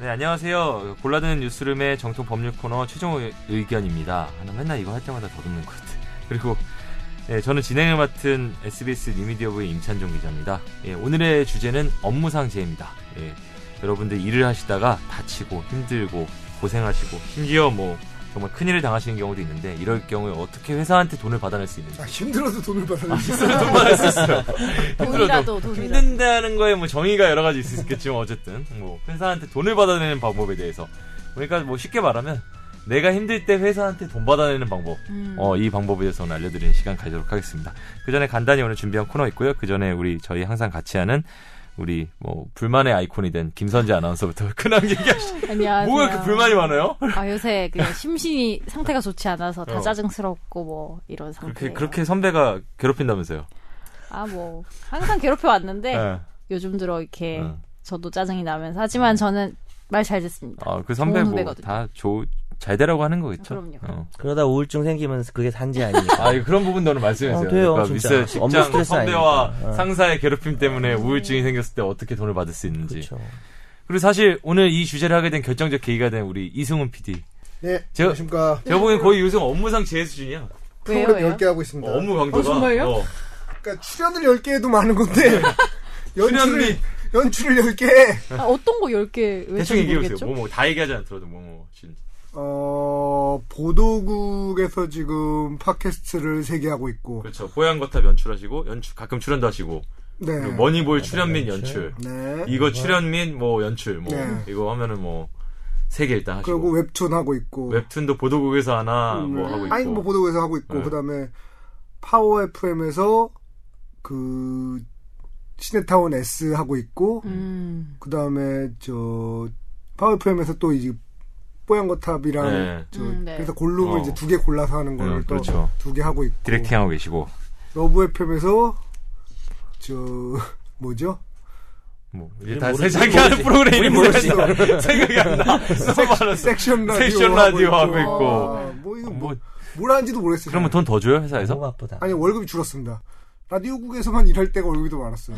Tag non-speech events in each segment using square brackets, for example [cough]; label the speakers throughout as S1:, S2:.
S1: 네, 안녕하세요. 골라드는 뉴스룸의 정통 법률 코너 최종 의- 의견입니다. 아, 나 맨날 이거 할 때마다 더듬는 것 같아. [laughs] 그리고 예, 저는 진행을 맡은 SBS 뉴미디어부의 임찬종 기자입니다. 예, 오늘의 주제는 업무상 재해입니다. 예, 여러분들 일을 하시다가 다치고 힘들고 고생하시고 심지어 뭐 정말 큰일을 당하시는 경우도 있는데 이럴 경우에 어떻게 회사한테 돈을 받아낼 수 있는지 [laughs]
S2: 아, 힘들어도 돈을 받아야 돼.
S1: 돈 받을 수 있어요.
S3: 돈이라도, 돈이라도.
S1: 힘든다는 거에 뭐 정의가 여러 가지 있을 수
S3: [laughs]
S1: 있겠지만 어쨌든 뭐 회사한테 돈을 받아내는 방법에 대해서 그러니까 뭐 쉽게 말하면 내가 힘들 때 회사한테 돈 받아내는 방법
S3: 음.
S1: 어, 이 방법에 대해서 오늘 알려드리는 시간 가지도록 하겠습니다. 그 전에 간단히 오늘 준비한 코너 있고요. 그 전에 우리 저희 항상 같이 하는 우리 뭐 불만의 아이콘이 된 김선재 아나운서부터 [laughs] 근황 얘기하시.
S3: 안녕하세요.
S1: 뭐가 이렇게 불만이 많아요?
S3: 아, 요새 그 심신이 상태가 좋지 않아서 다
S1: 어.
S3: 짜증스럽고 뭐 이런 상태.
S1: 그렇게 그렇게 선배가 괴롭힌다면서요?
S3: 아, 뭐 항상 괴롭혀 왔는데
S1: 예.
S3: 요즘 들어 이렇게
S1: 응.
S3: 저도 짜증이 나면서 하지만 저는 말 잘 듣습니다.
S1: 아, 그 선배
S3: 좋은
S1: 뭐
S3: 후배거든요.
S1: 다잘 되라고 하는 거겠죠?
S3: 그럼요.
S1: 어.
S4: [laughs] 그러다 우울증 생기면 그게 산지 아닙니까?
S1: 아, 이- 그런 부분 너는 말씀해주세요.
S4: 어, 돼요,
S1: 그러니까
S4: 진짜.
S1: 미스터
S4: 업무
S1: 직장
S4: 스트레스
S1: 선배와
S4: 아니니까. 어.
S1: 상사의 괴롭힘 때문에 우울증이 생겼을 때 어떻게 돈을 받을 수 있는지.
S4: 그렇죠.
S1: 그리고 사실 오늘 이 주제를 하게 된 결정적 계기가 된 우리 이승훈 PD.
S2: [laughs] 네,
S1: 저-
S2: 안녕하십니까.
S1: 제가 보기엔 거의 요즘 업무상 재해 수준이야.
S3: 왜요?
S2: 프로그램
S3: 왜요?
S2: 10개 하고 있습니다.
S1: 어, 업무 강도가.
S3: 어, 정말요?
S1: 어.
S2: 그러니까 출연을 10개 해도 많은
S4: 네.
S2: 건데. [laughs] 연출을,
S1: 출연비.
S2: 연출을 10개 해.
S3: 아, 어떤 거 10개 왜
S1: 네. 대충
S3: 저는
S1: 얘기해보세요.
S3: 모르겠죠?
S1: 뭐, 뭐, 다 얘기하지 않더라도 뭐, 뭐. 진짜.
S2: 어, 보도국에서 지금 팟캐스트를 3개 하고 있고.
S1: 그렇죠. 고향거탑 연출하시고, 연출, 가끔 출연도 하시고,
S2: 네.
S1: 그리고
S4: 뭐
S1: 머니볼 출연 및 연출.
S2: 네.
S1: 이거 출연 및 뭐, 연출. 뭐,
S2: 네.
S1: 이거 하면은 뭐, 세 개 일단 하시고.
S2: 그리고 웹툰 하고 있고.
S1: 웹툰도 보도국에서 하나 뭐
S2: 음,
S1: 하고 있고.
S2: 아니, 뭐 보도국에서 하고 있고.
S1: 네.
S2: 그 다음에 파워 FM에서 그, 시네타운 S 하고 있고.
S3: 음.
S2: 그 다음에 저 파워프엠에서 또 이제 뽀얀거탑이랑
S1: 네.
S2: 저
S3: 음, 네.
S2: 그래서 골룸을
S1: 어.
S2: 이제 두 개 골라서 하는 거를
S1: 음,
S2: 또 두 개
S1: 그렇죠.
S2: 하고 있고
S1: 디렉팅하고 계시고.
S2: 러브 FM에서 저 뭐죠?
S1: 뭐,
S4: 우리
S1: 다
S4: 모르지,
S1: 자기
S4: 우리
S1: 하는
S4: 모르지.
S1: 프로그램이 뭐,
S4: 우리
S1: 모르지. [laughs] 생각이 안 나. 너무 많아서.
S2: 섹션 라디오,
S1: 섹션 라디오 하고 있고.
S2: 아, 뭐 이거 뭐,
S1: 뭐,
S2: 뭘 하는지도 모르겠어요.
S1: 그러면 돈 더 줘요, 회사에서?
S4: 너무 바쁘다.
S2: 아니 월급이 줄었습니다. 라디오국에서만 일할 때가 월급이 더 많았어요.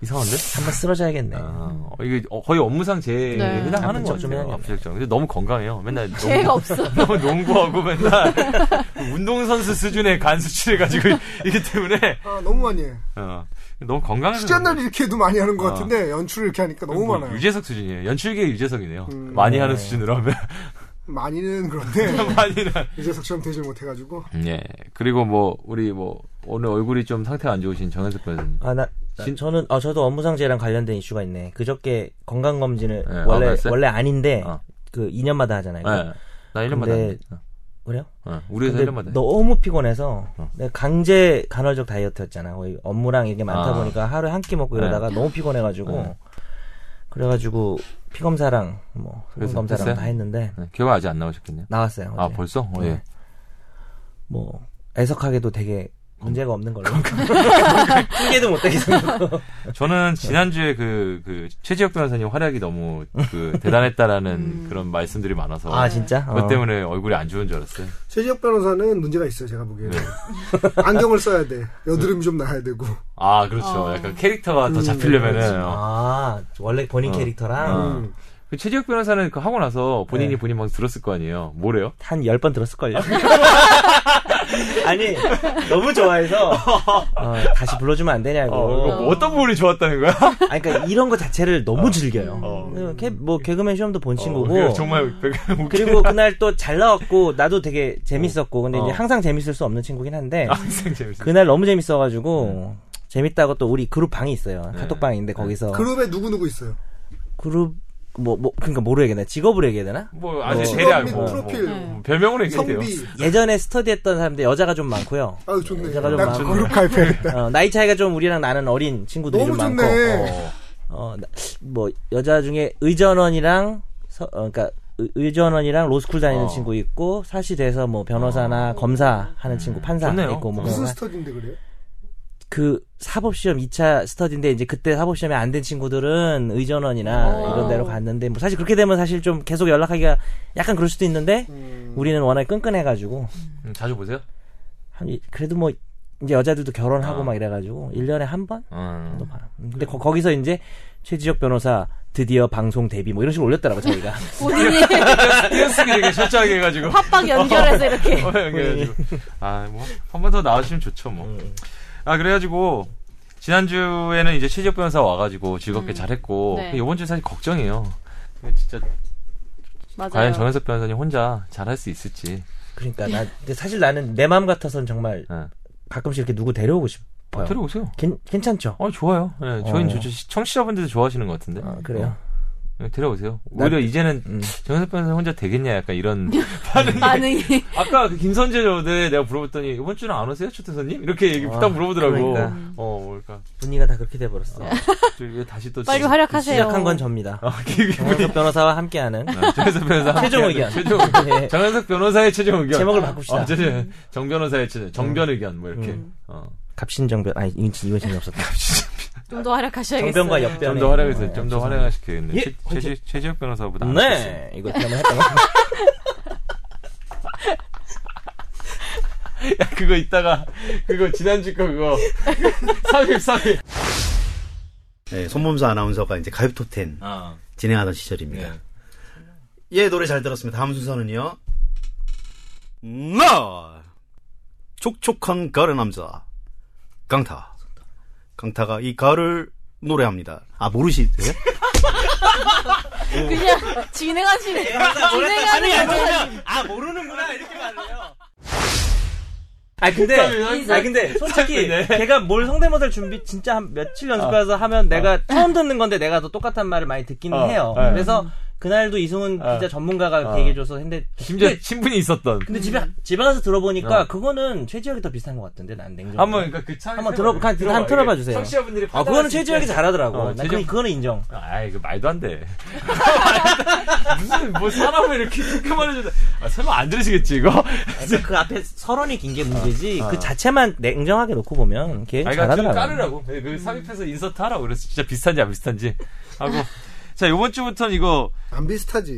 S1: 이상한데?
S4: 한번 쓰러져야겠네.
S1: 아, 어, 이게 어, 거의 업무상 재해에
S3: 네.
S1: 해당하는
S4: 압도적
S1: 거죠.
S4: 좀 해야겠네.
S1: 압도적점. 근데 너무 건강해요. 맨날
S3: 재해가
S1: 농구, [laughs]
S3: 없어.
S1: 너무 농구하고 맨날 운동선수 수준의 간수치를 가지고 있기 때문에
S2: 아 너무 많이 해.
S1: 어, 너무 건강해서
S2: 출연
S1: 그런
S2: 날 이렇게 해도 많이 하는 것
S1: 아.
S2: 같은데 연출을 이렇게 하니까 너무
S1: 뭐
S2: 많아요.
S1: 유재석 수준이에요. 연출계 유재석이네요.
S2: 음.
S1: 많이 하는 수준으로 하면 [laughs]
S2: 많이는 그런데 [laughs]
S1: 많이는.
S2: 유재석처럼 되질 못해가지고
S1: 예. 그리고 뭐 우리 뭐 오늘 얼굴이 좀 상태가 안 좋으신 정현석 변호사님.
S4: 아, 나, 나-
S1: 진-
S4: 저는, 아, 저도 업무상재랑 관련된 이슈가 있네. 그저께 건강검진을,
S1: 네, 아,
S4: 원래,
S1: 그랬어요?
S4: 원래 아닌데,
S1: 어.
S4: 그 2년마다 하잖아요.
S1: 예. 나 1년마다
S4: 근데-
S1: 안 돼. 어.
S4: 그래요?
S1: 어. 우리 회사
S4: 근데
S1: 1년마다.
S4: 너무 피곤해서,
S1: 어.
S4: 내가 강제 간헐적 다이어트였잖아. 거의 업무랑 이게 많다
S1: 아.
S4: 보니까 하루에 한 끼 먹고
S1: 네.
S4: 이러다가 너무 피곤해가지고,
S1: 네.
S4: 그래가지고, 피검사랑, 뭐,
S1: 그래서
S4: 소금검사랑
S1: 됐어요?
S4: 다 했는데,
S1: 결과 예. 아직 안 나오셨겠네요.
S4: 나왔어요.
S1: 아,
S4: 어제.
S1: 벌써? 어, 예.
S4: 네. 뭐, 애석하게도 되게 문제가 없는 걸로. [laughs] 핑계도 못 대기 생각하고. 어.
S1: 저는 지난주에 그, 그, 최지혁 변호사님 활약이 너무
S4: [laughs]
S1: 그, 대단했다라는 그런 말씀들이 많아서.
S4: 아, 진짜?
S1: 그것
S4: 어.
S1: 때문에 얼굴이 안 좋은 줄 알았어요.
S2: 최지혁 변호사는 문제가 있어요, 제가
S1: 네.
S2: 보기에는. [laughs] 안경을 써야 돼. 여드름이 좀 나야 되고.
S1: 아, 그렇죠.
S3: 어.
S1: 약간 캐릭터가 더
S2: 음,
S1: 잡히려면은. 어.
S4: 아, 원래 본인 캐릭터랑
S1: 어.
S2: 음.
S1: 그 최지혁 변호사는 그 하고 나서 본인이
S4: 네.
S1: 본인 방송 들었을 거 아니에요. 뭐래요?
S4: 한 열
S1: [laughs]
S4: 번 들었을걸요? 아니,
S1: [laughs]
S4: 너무 좋아해서, 어, 다시 불러주면 안 되냐고.
S1: 어, 이거 뭐 어떤 부분이 좋았다는 거야?
S4: 아니, 그러니까 이런 거 자체를 너무 즐겨요.
S1: 어.
S4: 개, 뭐, 개그맨 시험도 본
S1: 어,
S4: 친구고.
S1: 정말 웃기다.
S4: 그리고 그날 또 잘 나왔고, 나도 되게 재밌었고, 근데 이제
S1: 어. 아.
S4: 항상 재밌을 수 없는 친구긴 한데,
S1: 항상 재밌어. 요
S4: 그날 너무 재밌어가지고, 재밌다고 또 우리 그룹 방이 있어요.
S1: 네.
S4: 카톡방인데 거기서.
S2: 그룹에 누구누구 있어요?
S4: 그룹, 뭐, 뭐, 그러니까 뭐로 얘기해야 되나? 직업으로 얘기해야 되나?
S1: 뭐, 아주
S4: 직업
S1: 대략
S2: 및
S1: 뭐,
S2: 프로필.
S1: 뭐, 뭐 별명으로 얘기해요.
S2: 성비.
S4: 예전에 스터디했던 사람들 여자가 좀 많고요.
S2: 아유, 좋네.
S4: 제가 좀
S2: 나
S4: 마음에
S2: 그룹 가입해야겠다.
S4: 어, 나이 차이가 좀 우리랑 나는 어린 친구들이
S2: 너무
S4: 좀
S2: 좋네.
S4: 많고, 어, 나- 뭐 여자 중에 의전원이랑, 서, 어, 그러니까 의- 의전원이랑 로스쿨 다니는
S1: 어.
S4: 친구 있고 사시 돼서 뭐 변호사나 검사 하는 친구, 판사
S1: 좋네요.
S4: 있고
S2: 아. 음.
S4: 뭐
S2: 무슨
S4: 그런
S2: 스터디인데 그래요?
S4: 그 사법 시험 2차 스터디인데 이제 그때 사법 시험이 안 된 친구들은 의전원이나
S3: 어.
S4: 이런 데로 갔는데 뭐 사실 그렇게 되면 사실 좀 계속 연락하기가 약간 그럴 수도 있는데
S2: 음.
S4: 우리는 워낙 끈끈해가지고
S1: 음, 자주 보세요?
S4: 한 이- 그래도 뭐 이제 여자들도 결혼하고
S1: 어.
S4: 막 이래가지고 1년에 한 번?
S1: 음.
S4: 정도 봐요. 근데 거, 기서 이제 최지혁 변호사 드디어 방송 데뷔 뭐 이런 식으로 올렸더라고 [laughs] 저희가.
S1: [laughs]
S3: 본인이
S1: 띄어쓰기 되게 철저하게 해가지고. [laughs] 어,
S3: 팝박 연결해서 이렇게.
S1: 아뭐한 번 더 나와주시면 좋죠 뭐. 아 그래가지고 지난주에는 이제 최지혁 변호사 와가지고 즐겁게
S3: 음.
S1: 잘했고
S3: 네.
S1: 이번 주 사실 걱정이에요. 진짜
S3: 맞아요.
S1: 과연 정현석 변호사님 혼자 잘할 수 있을지.
S4: 그러니까 나 근데 사실 나는 내 마음 같아서는 정말
S1: 예.
S4: 가끔씩 이렇게 누구 데려오고 싶어요.
S1: 들어오세요.
S4: 괜, 괜찮죠?
S1: 아 좋아요. 예, 저희는
S4: 어.
S1: 좋죠. 시- 청취자분들도 좋아하시는 것 같은데.
S4: 아, 그래요.
S1: 예, 데려오세요.
S4: 난-
S1: 오히려 이제는
S4: 음.
S1: 정현석 변호사 혼자 되겠냐 약간 이런 반응이
S3: 반응이.
S1: 아까 그 김선재 저대 내가 물어봤더니 이번 주는 안 오세요 초태선님 이렇게 얘기 딱
S4: 아,
S1: 물어보더라고.
S4: 그러니까.
S1: 어 뭘까?
S4: 분위기가 다 그렇게 돼버렸어.
S1: 저기 다시 또
S3: 빨리
S1: 지금-
S3: 활약하세요.
S4: 시작한 건 접니다.
S1: 아, 기분이
S4: 정현석 변호사와 함께하는
S1: 아, 정현석 변호사
S4: [laughs] 어. 최종
S1: 함께하는
S4: 의견.
S1: 최종 의견.
S4: [laughs] 예.
S1: 정현석 변호사의 최종 의견.
S4: 제목을 바꿉시다.
S1: 어, 저- 저- 정 변호사의 최종 정변 의견 뭐 이렇게.
S4: 음.
S1: 어.
S4: 갑신정변 아니 이건 진- 이건 재미없었다.
S3: 좀 더 활약하셔야겠어요.
S4: 정변과 옆변.
S1: 좀 더 활약해서 좀 더
S4: 하
S1: 활약하시겠네.
S4: 어, 예,
S1: 최, 최, 최지혁 변호사보다. 낫겠어요. [laughs]
S4: 네 이거 때문에 했던 거.
S1: 야, 그거 이따가 그거 지난주 거 그거 3일 3일.
S5: 네, 손범수 아나운서가 이제 가입토텐
S1: 아.
S5: 진행하던 시절입니다. 예, 노래 잘 들었습니다. 다음 순서는요. 나! 촉촉한 가을 남자. 강타. 강타가 이 가을을 노래합니다. 아, 모르시세요?
S3: 그냥 진행하시네. 진행하는 거죠.
S4: 아 모르는구나 이렇게 말해요. 아 근데 아 근데 솔직히
S1: 네. 아.
S4: 걔가 뭘 성대모사를 준비 진짜 한 며칠 연습해서 하면 내가 처음 듣는 건데 내가 더 똑같은 말을 많이 듣기는
S1: 어,
S4: 해요.
S1: 네.
S4: 그래서 그날도 이승훈
S1: 어.
S4: 기자 전문가가 이렇게
S1: 어.
S4: 얘기해줘서 했는데
S1: 심지어
S4: 근데,
S1: 친분이 있었던.
S4: 근데 집에 집에 가서 들어보니까
S1: 어.
S4: 그거는 최지혁이 더 비슷한 것 같던데 난 냉정.
S1: 한번 그러니까 그 차에
S4: 한번 들어 한 들어봐, 주세요.
S1: 청취자분들이
S4: 아 그거는 최지혁이 잘하더라고.
S1: 어,
S4: 난
S1: 최지혁-
S4: 그건- 그거는 인정.
S1: 아이 그 말도 안 돼. [laughs] 무슨 뭐 사람을 이렇게 그렇게 말해준다. 아, 설마 안 들으시겠지 이거?
S4: 그래서 그 앞에 서론이 긴 게 문제지. 그 자체만 냉정하게 놓고 보면
S1: 어.
S4: 걔
S1: 아, 그러니까 좀
S4: 잘하더라고.
S1: 자르라고. 네, 그 삽입해서 인서트 하라고 그래서 진짜 비슷한지 안 비슷한지 하고. 자, 요번 주부터는 이거.
S2: 안 비슷하지.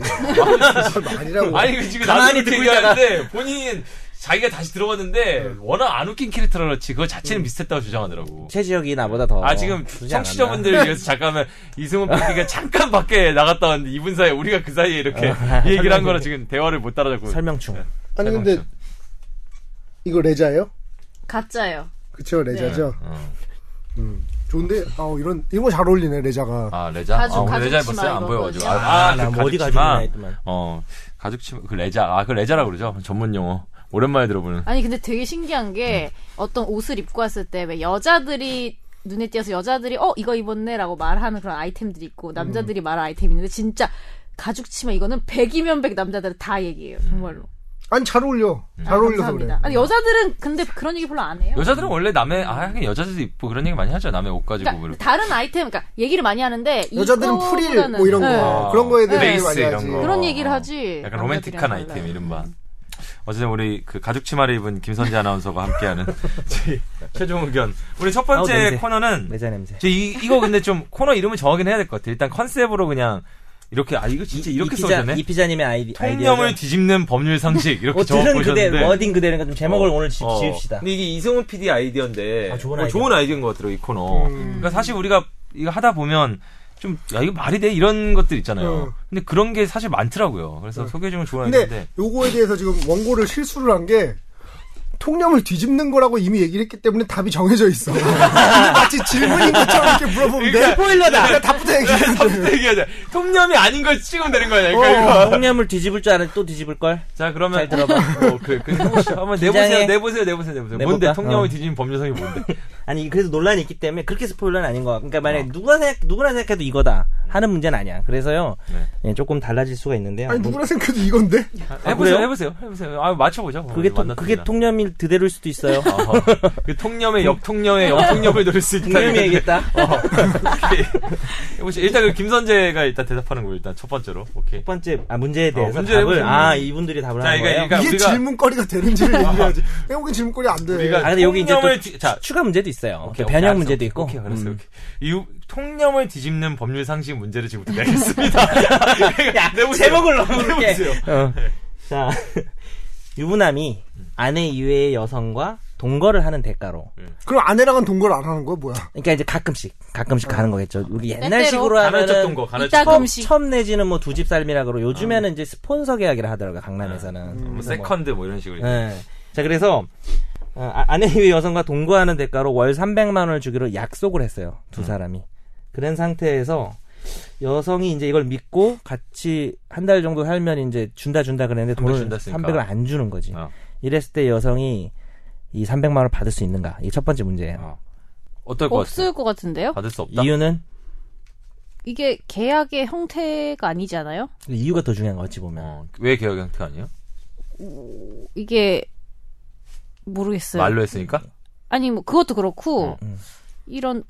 S2: 설마 아니라고.
S1: 아니, 그 지금
S4: 가만히
S1: 나한테
S4: 듣고 네.
S1: 얘기하는데 본인 자기가 다시 들어봤는데 워낙 안 웃긴 캐릭터라 그렇지 그거
S4: 음.
S1: 자체는 비슷했다고 주장하더라고.
S4: 최지혁이 나보다 더.
S1: 아, 지금
S4: 부르지
S1: 청취자분들을 위해서 잠깐만 이승훈 PD가 잠깐 밖에 나갔다 왔는데 이분 사이에 우리가 그 사이에 이렇게
S4: 어, [laughs]
S1: 이 얘기를 한 거라 지금 대화를 못 따라잡고.
S4: 않았나. 설명충.
S2: 아니 근데
S1: 설명충.
S2: 이거 레자예요?
S3: 가짜예요.
S2: 그쵸 레자죠.
S1: 어.
S2: 좋은데 어, 이런 이거 잘 어울리네 레자가.
S1: 아, 레자?
S3: 가죽,
S1: 아, 오늘
S3: 가죽
S1: 레자
S3: 치마
S1: 입었어요? 안
S3: 입었거든요.
S1: 보여가지고. 아,
S4: 나
S1: 그
S4: 뭐
S1: 가죽
S4: 어디 가죽이나
S1: 치마.
S4: 했더만.
S1: 어, 가죽 치마, 그 레자, 아, 그 레자라고 그러죠? 전문 용어. 오랜만에 들어보는.
S3: 아니 근데 되게 신기한 게 어떤 옷을 입고 왔을 때 왜 여자들이 눈에 띄어서 여자들이 어 이거 입었네라고 말하는 그런 아이템들이 있고
S2: 음.
S3: 남자들이 말하는 아이템이 있는데 진짜 가죽 치마 이거는 100이면 100 남자들은 다 얘기해요 정말로
S2: 아니 잘 어울려. 잘
S3: 아,
S2: 어울려서
S3: 감사합니다.
S2: 음. 그래.
S3: 아니 여자들은 근데 그런 얘기 별로 안 해요
S1: 여자들은 원래 남의, 아, 하긴 여자들도 입고 그런 얘기 많이 하죠. 남의 옷 가지고.
S3: 그러니까
S1: 뭐 이렇게.
S3: 다른 아이템 그러니까 얘기를 많이 하는데
S2: 여자들은 프릴
S3: 이거보다는-
S2: 뭐 이런 거
S3: 네.
S1: 네.
S2: 그런 거에 대해
S1: 레이스
S2: 많이
S1: 이런
S2: 하지.
S1: 거.
S3: 그런
S1: 어,
S3: 얘기를
S1: 어.
S3: 하지
S1: 약간 로맨틱한
S3: 남자들이랑
S1: 아이템,
S3: 달라요.
S1: 이른바. 어쨌든 우리 그 가죽 치마를 입은 김선재 아나운서가
S4: [laughs]
S1: 함께하는 [laughs] 저희 최종 의견. 우리 첫
S4: 아우,
S1: 번째
S4: 냄새.
S1: 코너는
S4: 매자 냄새.
S1: 저 이, 이거 근데 좀 코너 이름을 정하긴 해야 될 것 같아요. 일단 컨셉으로 그냥 이렇게 아 이거 진짜 이렇게
S4: 이 기자,
S1: 써도 되네.
S4: 이 기자님의 아이디
S1: 통념을
S4: 아이디어를
S1: 뒤집는 법률 상식 이렇게 적어
S4: 옷들은 그대
S1: 보셨는데
S4: 워딩 그대로니까 좀 제목을
S1: 어,
S4: 오늘 지,
S1: 어.
S4: 지읍시다.
S1: 근데 이게 이승훈 PD 아이디어인데
S4: 아, 좋은
S1: 어,
S4: 아이디어. 음.
S1: 좋은 아이디어인 것 같더라고 이 코너. 그러니까 사실 우리가 이거 하다 보면 좀 야 이거 말이 돼 이런 것들 있잖아요.
S2: 음.
S1: 근데 그런 게 사실 많더라고요. 그래서
S4: 음.
S1: 소개 좀
S2: 근데
S1: 좋아하는데
S2: 요거에 대해서 지금 원고를 실수를 한 게 통념을 뒤집는 거라고 이미 얘기를 했기 때문에 답이 정해져
S1: [laughs]
S2: 있어. 근데 마치 질문인 것처럼 이렇게 물어보면
S1: 그러니까
S2: 내
S4: 스포일러다.
S2: 내가 답부터 얘기해.
S4: [laughs]
S1: 답부터 얘기하자. 통념이 아닌 걸 찍으면 되는 거 아니야? 그러니까 이거.
S4: 통념을 어, 뒤집을 줄 알았는데 또 뒤집을 걸.
S1: 자 그러면
S4: 잘 들어봐.
S1: 어, 그,
S4: [laughs]
S1: 그, 한번 내보세요,
S4: 긴장해.
S1: 내보세요, 내보세요, 내보세요.
S4: 내볼까?
S1: 뭔데 통념을
S4: 어.
S1: 뒤집는 법률성이 뭔데?
S4: 아니 그래서 논란이 있기 때문에 그렇게 스포일러는 아닌 것 같아. 그러니까 만약 에
S1: 어.
S4: 누가 생각 누구나 생각해도 이거다 하는 문제는 아니야. 그래서요
S1: 음. 네.
S4: 예, 조금 달라질 수가 있는데요.
S2: 아니
S4: 뭐
S2: 누구나 생각해도 이건데.
S1: 아, 해보세요,
S4: 그래요?
S1: 해보세요, 해보세요. 아, 맞춰보죠.
S4: 그게
S1: 오늘
S4: 통
S1: 만났습니다.
S4: 그게 통념일 그대로일
S1: [laughs]
S4: 수도 있어요.
S1: 어허. 그 통념의 역통념의 역통념을 노릴 수 있다.
S4: 통념이 얘기했다.
S1: 해보시 일단 그 김선재가 일단 대답하는 거 일단 첫 번째로. 오케이.
S4: 첫 번째 아, 문제에 대해서
S1: 어, 문제
S4: 답을
S1: 해보시면
S4: 아
S1: 돼요.
S4: 이분들이 답을
S1: 음. 자,
S4: 하는
S1: 이거,
S4: 거예요.
S1: 이거. 그러니까
S2: 이게
S1: 우리가- 아. [laughs]
S2: 질문거리가 되는지를 얘기해야지. 내가 보기엔 질문거리 안 돼.
S1: 우리가
S4: 아 근데 여기 이제
S1: 통념을
S4: 또
S1: 뒤- 자,
S4: 추가 문제도 있어요.
S1: 오케이, 오케이,
S4: 변형
S1: 알았어.
S4: 문제도 있고.
S1: 오케이, 알았어요.
S4: 음.
S1: 오케이. 이 통념을 뒤집는 법률 상식 문제를
S4: [laughs]
S1: 지금부터 내겠습니다.
S4: 야,
S1: [laughs] 내보세요.
S4: 제목을 너무 이렇게. [laughs]
S1: 해보세요.
S4: 어. 자, 유부남이 아내 이외의 여성과 동거를 하는 대가로.
S2: 그럼 아내랑은 동거를 안 하는 거야 뭐야?
S4: 그러니까 이제 가끔씩 가끔씩 가는 거겠죠. 우리
S3: 때때로?
S4: 옛날식으로
S1: 가난 쳤던
S4: 하면은
S1: 거, 가난
S3: 이따
S1: 쳤던
S4: 처음,
S3: 금식
S4: 처음 내지는 뭐 두 집 살미라 그러고 요즘에는 이제 스폰서 계약이라 하더라고요 강남에서는.
S1: 뭐
S4: 그래서 뭐-
S1: 세컨드 뭐 이런 식으로.
S4: 예. 자 그래서 어, 아- 아내의 여성과 동거하는 대가로 월 300만 원을 주기로 약속을 했어요 두 사람이. 그런 상태에서 여성이 이제 이걸 믿고 같이 한 달 정도 살면 이제 준다 준다 그랬는데
S1: 한달
S4: 돈을
S1: 준다 했으니까.
S4: 300을 안 주는 거지.
S1: 어.
S4: 이랬을 때 여성이 이 300만 원을 받을 수 있는가? 이게 첫 번째 문제예요.
S1: 어. 어떨 것 같아요?
S3: 없을 것 같은데요?
S1: 받을 수 없다.
S4: 이유는
S3: 이게 계약의 형태가 아니잖아요.
S4: 이유가 더 중요한 거 어찌 보면.
S1: 어, 왜 개혁 형태 아니에요?
S3: 이게 모르겠어요.
S1: 말로 했으니까?
S3: 아니 뭐 그것도 그렇고
S1: 어.
S4: 음.
S3: 이런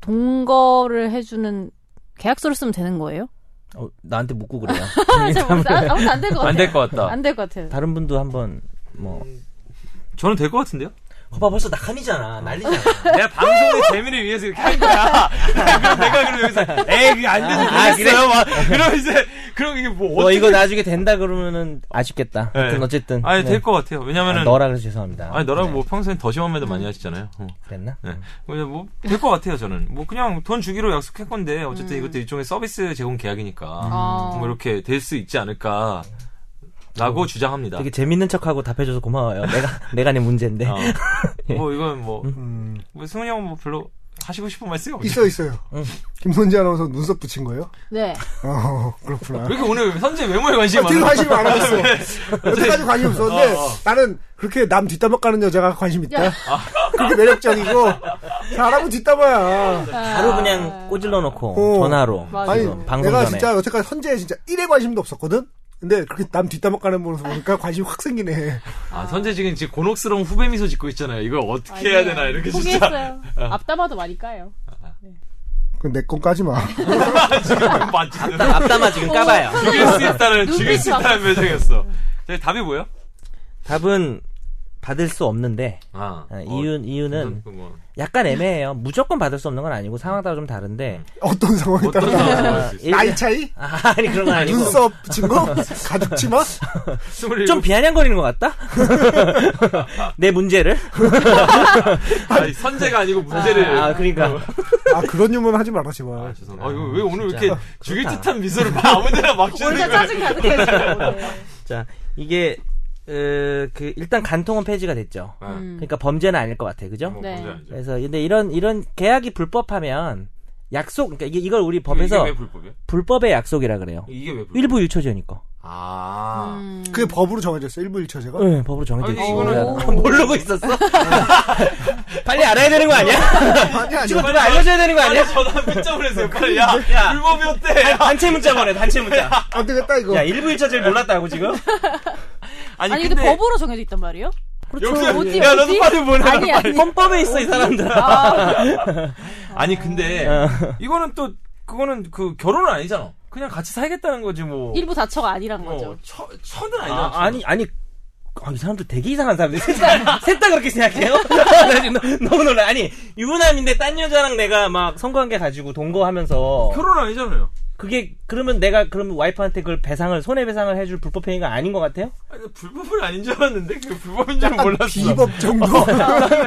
S3: 동거를 해주는 계약서를 쓰면 되는 거예요? [laughs]
S4: 어, 나한테 묻고 그래요.
S3: 아무튼 안될 것 같아요.
S1: 안 될 것 같다.
S3: 안 될 것 같아요.
S4: [laughs] 다른 분도 한번 뭐.
S1: 저는 될 것 같은데요?
S4: 봐봐 벌써 낙함이잖아 난리잖아.
S1: 내가 방송의 재미를 위해서 이렇게 한 거야. 그럼 내가 그럼 여기서 에이 그게 안 되는
S4: 아,
S1: 거겠어요? 막 그럼 이제 그럼 이게 뭐
S4: 뭐
S1: 어떻게
S4: 이거 나중에 된다 그러면은 아쉽겠다.
S1: 네.
S4: 하여튼 어쨌든.
S1: 아니
S4: 네.
S1: 될 것 같아요. 왜냐면은
S4: 아, 너라 그래서 죄송합니다.
S1: 아니 너랑
S4: 네.
S1: 뭐 평소엔 더 심한 말도 많이 하시잖아요. 어.
S4: 그랬나?
S1: 네. 뭐될 것 같아요 저는. 뭐 그냥 돈 주기로 약속할 건데 어쨌든 이것도 일종의 서비스 제공 계약이니까
S3: 아.
S1: 뭐 이렇게 될 수 있지 않을까. 라고 주장합니다.
S4: 음. 되게 재밌는 척하고
S1: [laughs]
S4: 답해줘서 고마워요. 내가 내가 내 문제인데. [laughs]
S1: 어.
S4: 예.
S1: 뭐 이건 뭐, 뭐 승훈이 형은 뭐 별로 하시고 싶은 말씀 없죠?
S2: 있어 있어요.
S1: 음.
S2: 김선재 아나운서 눈썹 붙인 거예요?
S3: 네.
S2: 어 그렇구나.
S1: 왜 이렇게 오늘 선재 외모에 관심이
S2: 아, 되게
S1: 많아?
S2: 관심이 많았어. 여태까지 관심 없었는데
S1: 어, 어.
S2: 나는 그렇게 남 뒷담화 까는 여자가 관심 있다. 그렇게 매력적이고 사람은 뒷담화야.
S4: 바로 그냥 꼬질러 놓고
S2: 어.
S4: 전화로
S3: 아, 맞아.
S2: 아니
S4: 지금 방송
S2: 내가
S4: 전에.
S2: 진짜 여태까지 선재에 진짜 일에 관심도 없었거든. 근데 그렇게 남 뒷담화 까는 모습 보니까 관심이 확 생기네.
S1: 아, 선재 지금 지금 곤혹스러운 후배 미소 짓고 있잖아요. 이걸 어떻게
S3: 네.
S1: 해야 되나, 이렇게 진짜.
S3: 포기했어요. 앞담화도 많이 까요.
S2: 그럼 내 건까지 마.
S1: 지금 [laughs] 맞지?
S4: 앞담화 지금
S2: 어.
S4: 까봐요.
S1: 죽일 수 있다는,
S3: 눈빛이
S1: 죽일 수 있다는 표정이었어.
S3: 음.
S1: 자, 답이 뭐예요?
S4: 답은 받을 수 없는데
S1: 아,
S4: 아, 이유 이유는
S1: 그
S4: [laughs]
S1: 뭐,
S4: 약간 애매해요. 무조건 받을 수 없는 건 아니고 상황 따라 좀 다른데.
S1: 음.
S4: 아,
S2: 어떤 상황에
S1: 어떤
S2: 따라
S1: 상황일 수 있어?
S4: 일-
S2: 나이 차이?
S4: 아, 아니 그런 건 아니고
S2: 눈썹 붙인 거? 가죽 치마?
S1: 스물일곱-
S4: 좀 비아냥거리는 것
S1: [laughs]
S4: 같다. 내 문제를.
S1: 아니, 선재가 아니고 문제를.
S4: 아 그러니까.
S2: 아 그런 유머는 하지 마라
S1: 아,
S2: 제발.
S1: 죄송합니다. 아, 이거 왜 오늘
S4: 진짜.
S1: 이렇게 죽일 듯한 미소를 막 아무데나 막 주는
S3: 오늘
S1: 거야?
S3: 짜증 가득해서.
S1: [laughs]
S3: 오늘.
S4: 자, 이게 어, 그 일단 간통은 폐지가 됐죠.
S1: 아, 뭐
S4: 그러니까 범죄는 아닐 것 같아, 그죠?
S3: 음. 네.
S1: 문제 아니죠.
S4: 그래서 근데 이런 이런 계약이 불법하면 약속, 그러니까 이게 이걸 우리
S1: 이게
S4: 법에서
S1: 왜 불법이야?
S4: 불법의 약속이라 그래요.
S1: 이게 왜 불법?
S4: 일부 유초죄니까.
S1: 아.
S3: 음.
S2: 그게 법으로 정해졌어 일부 일처제가.
S4: 네, 법으로 정해져
S1: 아니,
S4: 있어.
S1: 이거는- 뭐-
S4: 모르고 있었어. [laughs] 빨리 알아야 되는 거 아니야?
S2: 아니 아니.
S4: 지금 누가 알려줘야 되는 거
S1: [laughs]
S4: 아니야?
S1: 빨리 전화 문자 보내세요. 빨리 야,
S3: 아,
S1: 불법이었대.
S4: 단체 문자 보내, 단체
S1: [laughs]
S4: 문자.
S2: 안 되겠다 이거.
S4: 야, 일부 유초죄를 몰랐다고 지금?
S1: 아니,
S3: 아니 근데, 법으로 정해져 있단 말이에요? 그
S1: 여기서
S3: 뭐지,
S1: 야,
S3: 뭐지?
S1: 너도 빨리 보내.
S3: 아니 아니.
S4: 헌법에 있어 이 사람들아.
S1: 아니 근데
S4: 어.
S1: 이거는 또 그거는 그 결혼은 아니잖아. 그냥 같이 살겠다는 거지 뭐.
S3: 일부 다처가 아니란 거죠.
S1: 어, 처, 처는 아니잖아.
S4: 아, 아니 아니 아, 이 사람들 되게 이상한 사람들. 셋다 [laughs] 그렇게 생각해요? 나 지금 너- 너무 놀라. 아니, 유부남인데 딴 여자랑 내가 막 성관계 가지고 동거하면서.
S1: 결혼은 아니잖아요.
S4: 그게, 그러면 내가, 그러면 와이프한테 그걸 배상을, 손해배상을 해줄 불법행위가 아닌 것 같아요?
S1: 아니, 불법은 아닌 줄 알았는데 그 불법인 줄 몰랐어.
S2: 비법 정도.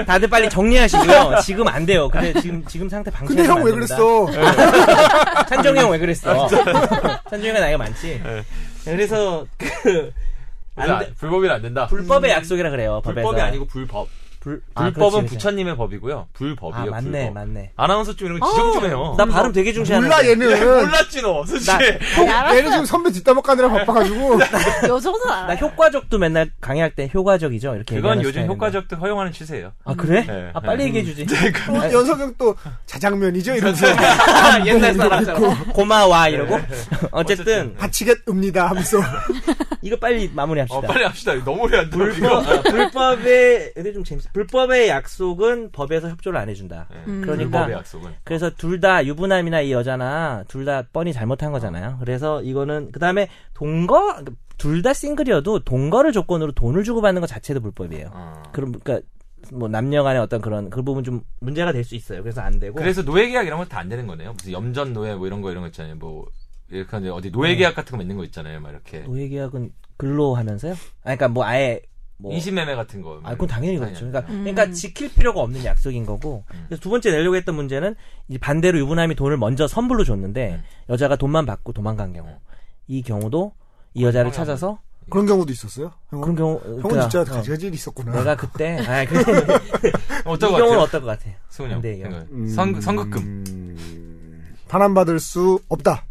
S4: 다들 빨리 정리하시고요. 지금 안 돼요. 근데 지금, 지금 상태 방송.
S2: 근데 형 왜 그랬어?
S4: 찬정이 형 왜
S1: 아,
S4: 그랬어? [laughs] 찬정이가 나이가 많지?
S1: 네.
S4: 네, 그래서, 그, 안
S1: 안
S4: 돼.
S1: 아, 불법이 안 된다. 음,
S4: 불법의 약속이라 그래요, 법에서.
S1: 불법이 아니고 불법.
S4: 불, 아,
S1: 불법은
S4: 그렇지, 그렇지.
S1: 부처님의 법이고요. 불법이요.
S4: 아, 맞네,
S1: 불법.
S4: 맞네.
S1: 아나운서 좀 이런 거
S3: 어!
S1: 지적 좀 해요.
S4: 나 발음 되게 중시하는데.
S2: 몰라 얘는.
S1: 몰랐지 너, 솔직히.
S4: 나-
S3: 아니, 알았어요.
S2: 얘는 지금 선배 뒷담화 까느라 바빠가지고.
S1: 그
S3: 요 정도는
S4: 나
S3: 알아요.
S4: 효과적도 맨날 강의할 때 효과적이죠. 이렇게.
S1: [laughs] 그건
S4: 얘기하는
S1: 요즘
S4: 스타일인데.
S1: 효과적도 허용하는 추세예요. [laughs]
S4: 아 그래?
S1: 네,
S4: 아
S1: 네.
S4: 빨리 얘기해 주지.
S2: 또 어, 연석형 또 자장면이죠 이러면서
S1: 음. [laughs]
S4: [laughs] 옛날 사람처럼 고마워 이러고.
S1: 네.
S4: [laughs] 어쨌든
S2: 다치겠습니다 하면서
S4: 이거 빨리 마무리합시다.
S1: 어, 빨리 합시다. 이거 너무 오래 안 들어, 이거.
S4: [laughs] 불법, 아, 불법의 근데 좀 재밌어. 불법의 약속은 법에서 협조를 안 해준다.
S1: 네. 불법의
S4: 그러니까
S1: 약속은.
S4: 그래서 둘 다 유부남이나 이 여자나 둘 다 뻔히 잘못한 거잖아요. 그래서 이거는 그 다음에 동거 그러니까 둘 다 싱글이어도 동거를 조건으로 돈을 주고 받는 것 자체도 불법이에요.
S1: 어.
S4: 그럼 그러니까 뭐 남녀간의 어떤 그런 그 부분 좀 문제가 될 수 있어요. 그래서 안 되고.
S1: 그래서 노예 계약 이런 건 다 안 되는 거네요. 무슨 염전 노예 뭐 이런 거 이런 거 있잖아요. 뭐 이렇게 하는데 어디 노예 계약 같은 거 맺는 거 있잖아요. 막 이렇게.
S4: 노예 계약은 근로하면서요? 아, 그러니까 뭐 아예 뭐
S1: 인신매매 같은 거.
S4: 아, 그건 당연히 그렇죠. 그러니까,
S3: 음.
S4: 그러니까 지킬 필요가 없는 약속인 거고.
S1: 음.
S4: 그래서 두 번째 내려고 했던 문제는 이 반대로 유부남이 돈을 먼저 선불로 줬는데
S1: 음.
S4: 여자가 돈만 받고 도망간 경우. 이 경우도 이 여자를
S1: 도망간
S4: 찾아서
S2: 그런 경우도 있었어요? 형은?
S4: 그런 경우
S2: 형은 진짜
S4: 어,
S2: 가지가지 일이 있었구나.
S1: [laughs]
S4: 내가 그때 아, 그, 이
S1: 어떨 것
S4: 경우는
S1: 같아요?
S4: 어떨 것 같아요?
S1: 승훈이 형.
S4: 안 돼요.
S1: 생각해.
S2: 음,
S1: 선, 선급금.
S2: 음, 반환받을 수 없다.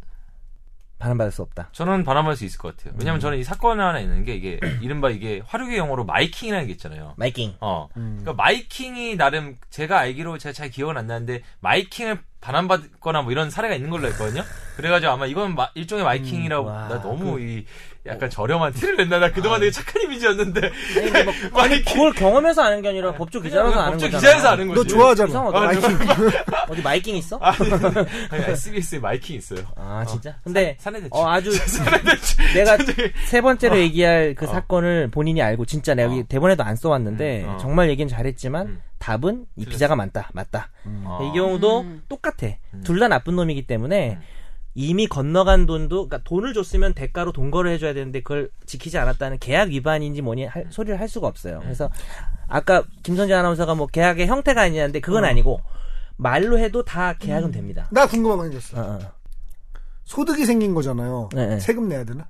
S4: 반환받을 수 없다.
S1: 저는 반환할 수 있을 것 같아요.
S4: 음.
S1: 왜냐면 저는 이 사건 하나 있는 게
S4: [clears throat]
S1: 이게 이른바 이게 화류계 용어로 마이킹이라는 게 있잖아요.
S4: 마이킹.
S1: 어.
S4: 음.
S1: 그러니까 마이킹이 나름 제가 알기로 제가 잘 기억은 안 나는데 마이킹을 반환받거나 뭐 이런 사례가 있는 걸로 알거든요. 그래가지고 아마 이건 마- 일종의 마이킹이라고
S4: 음, 와, 아.
S1: 나 너무 이 약간 저렴한 티를 냈나 나 그동안 되게 착한 이미지였는데
S4: 아니,
S1: [laughs]
S4: 근데 뭐
S1: 마이킹
S4: 그걸 경험해서 아는 게 아니라 법조 기자로서 아는
S1: 법조
S4: 거잖아.
S1: 기자에서 아는 거지.
S2: 너 좋아하잖아.
S4: 이상하다.
S1: 아,
S2: 마이킹.
S4: 어디 마이킹 있어? 아,
S1: [laughs] 아니, 아니, SBS에 마이킹 있어요.
S4: 진짜? 근데
S1: 사내대치. [laughs]
S4: 어 아주
S1: 사내대치.
S4: 내가 세 번째로 얘기할 그
S1: 어.
S4: 사건을 본인이 알고 진짜 내가
S1: 어.
S4: 여기 대본에도 안 써왔는데
S1: 음, 어.
S4: 정말 얘기는 잘했지만
S1: 음.
S4: 답은 이
S1: 틀렸어.
S4: 기자가 많다 맞다
S1: 어.
S4: 아. 이 경우도
S3: 음.
S4: 똑같아 둘 다 나쁜 놈이기
S1: 음.
S4: 때문에 이미 건너간 돈도 그러니까 돈을 줬으면 대가로 동거를 해줘야 되는데 그걸 지키지 않았다는 계약 위반인지 뭐니
S1: 음.
S4: 할- 소리를 할 수가 없어요 그래서 아까 김선재 아나운서가 뭐 계약의 형태가 아니냐는데 그건
S1: 어.
S4: 아니고 말로 해도 다 계약은 됩니다
S2: [laughs] 나 궁금한 거 생겼어.
S4: 어, 어.
S2: 소득이 생긴 거잖아요.
S4: 네, 네.
S2: 세금 내야 되나?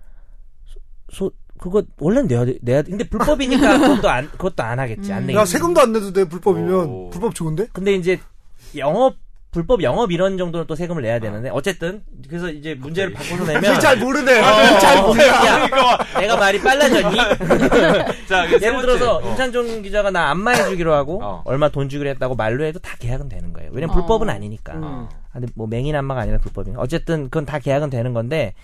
S4: 소 그거 원래는 내야 돼- 내야 돼. 근데 불법이니까 그것도 안 그것도 안 하겠지 안
S2: 야,
S4: 내겠지
S2: 세금도 안 내도 돼, 불법이면.
S1: 오.
S2: 불법 좋은데?
S4: 근데 이제 영업 불법 영업 이런 정도는 또 세금을 내야 되는데 어쨌든 그래서 이제 문제를 바꿔서 내면
S2: 잘 모르네. 잘
S4: 어,
S2: 모르네.
S4: 야,
S1: 그러니까
S4: 내가 말이 빨라졌니? [laughs]
S1: 자, 이게 세
S4: 예를
S1: 번째.
S4: 들어서
S1: 어.
S4: 임찬종 기자가 나 안마해주기로 하고
S1: 어.
S4: 얼마 돈 주기로 했다고 말로 해도 다 계약은 되는 거예요. 왜냐면
S3: 어.
S4: 불법은 아니니까.
S1: 음.
S4: 아, 근데 뭐 맹인 안마가 아니라 불법이니까. 어쨌든 그건 다 계약은 되는 건데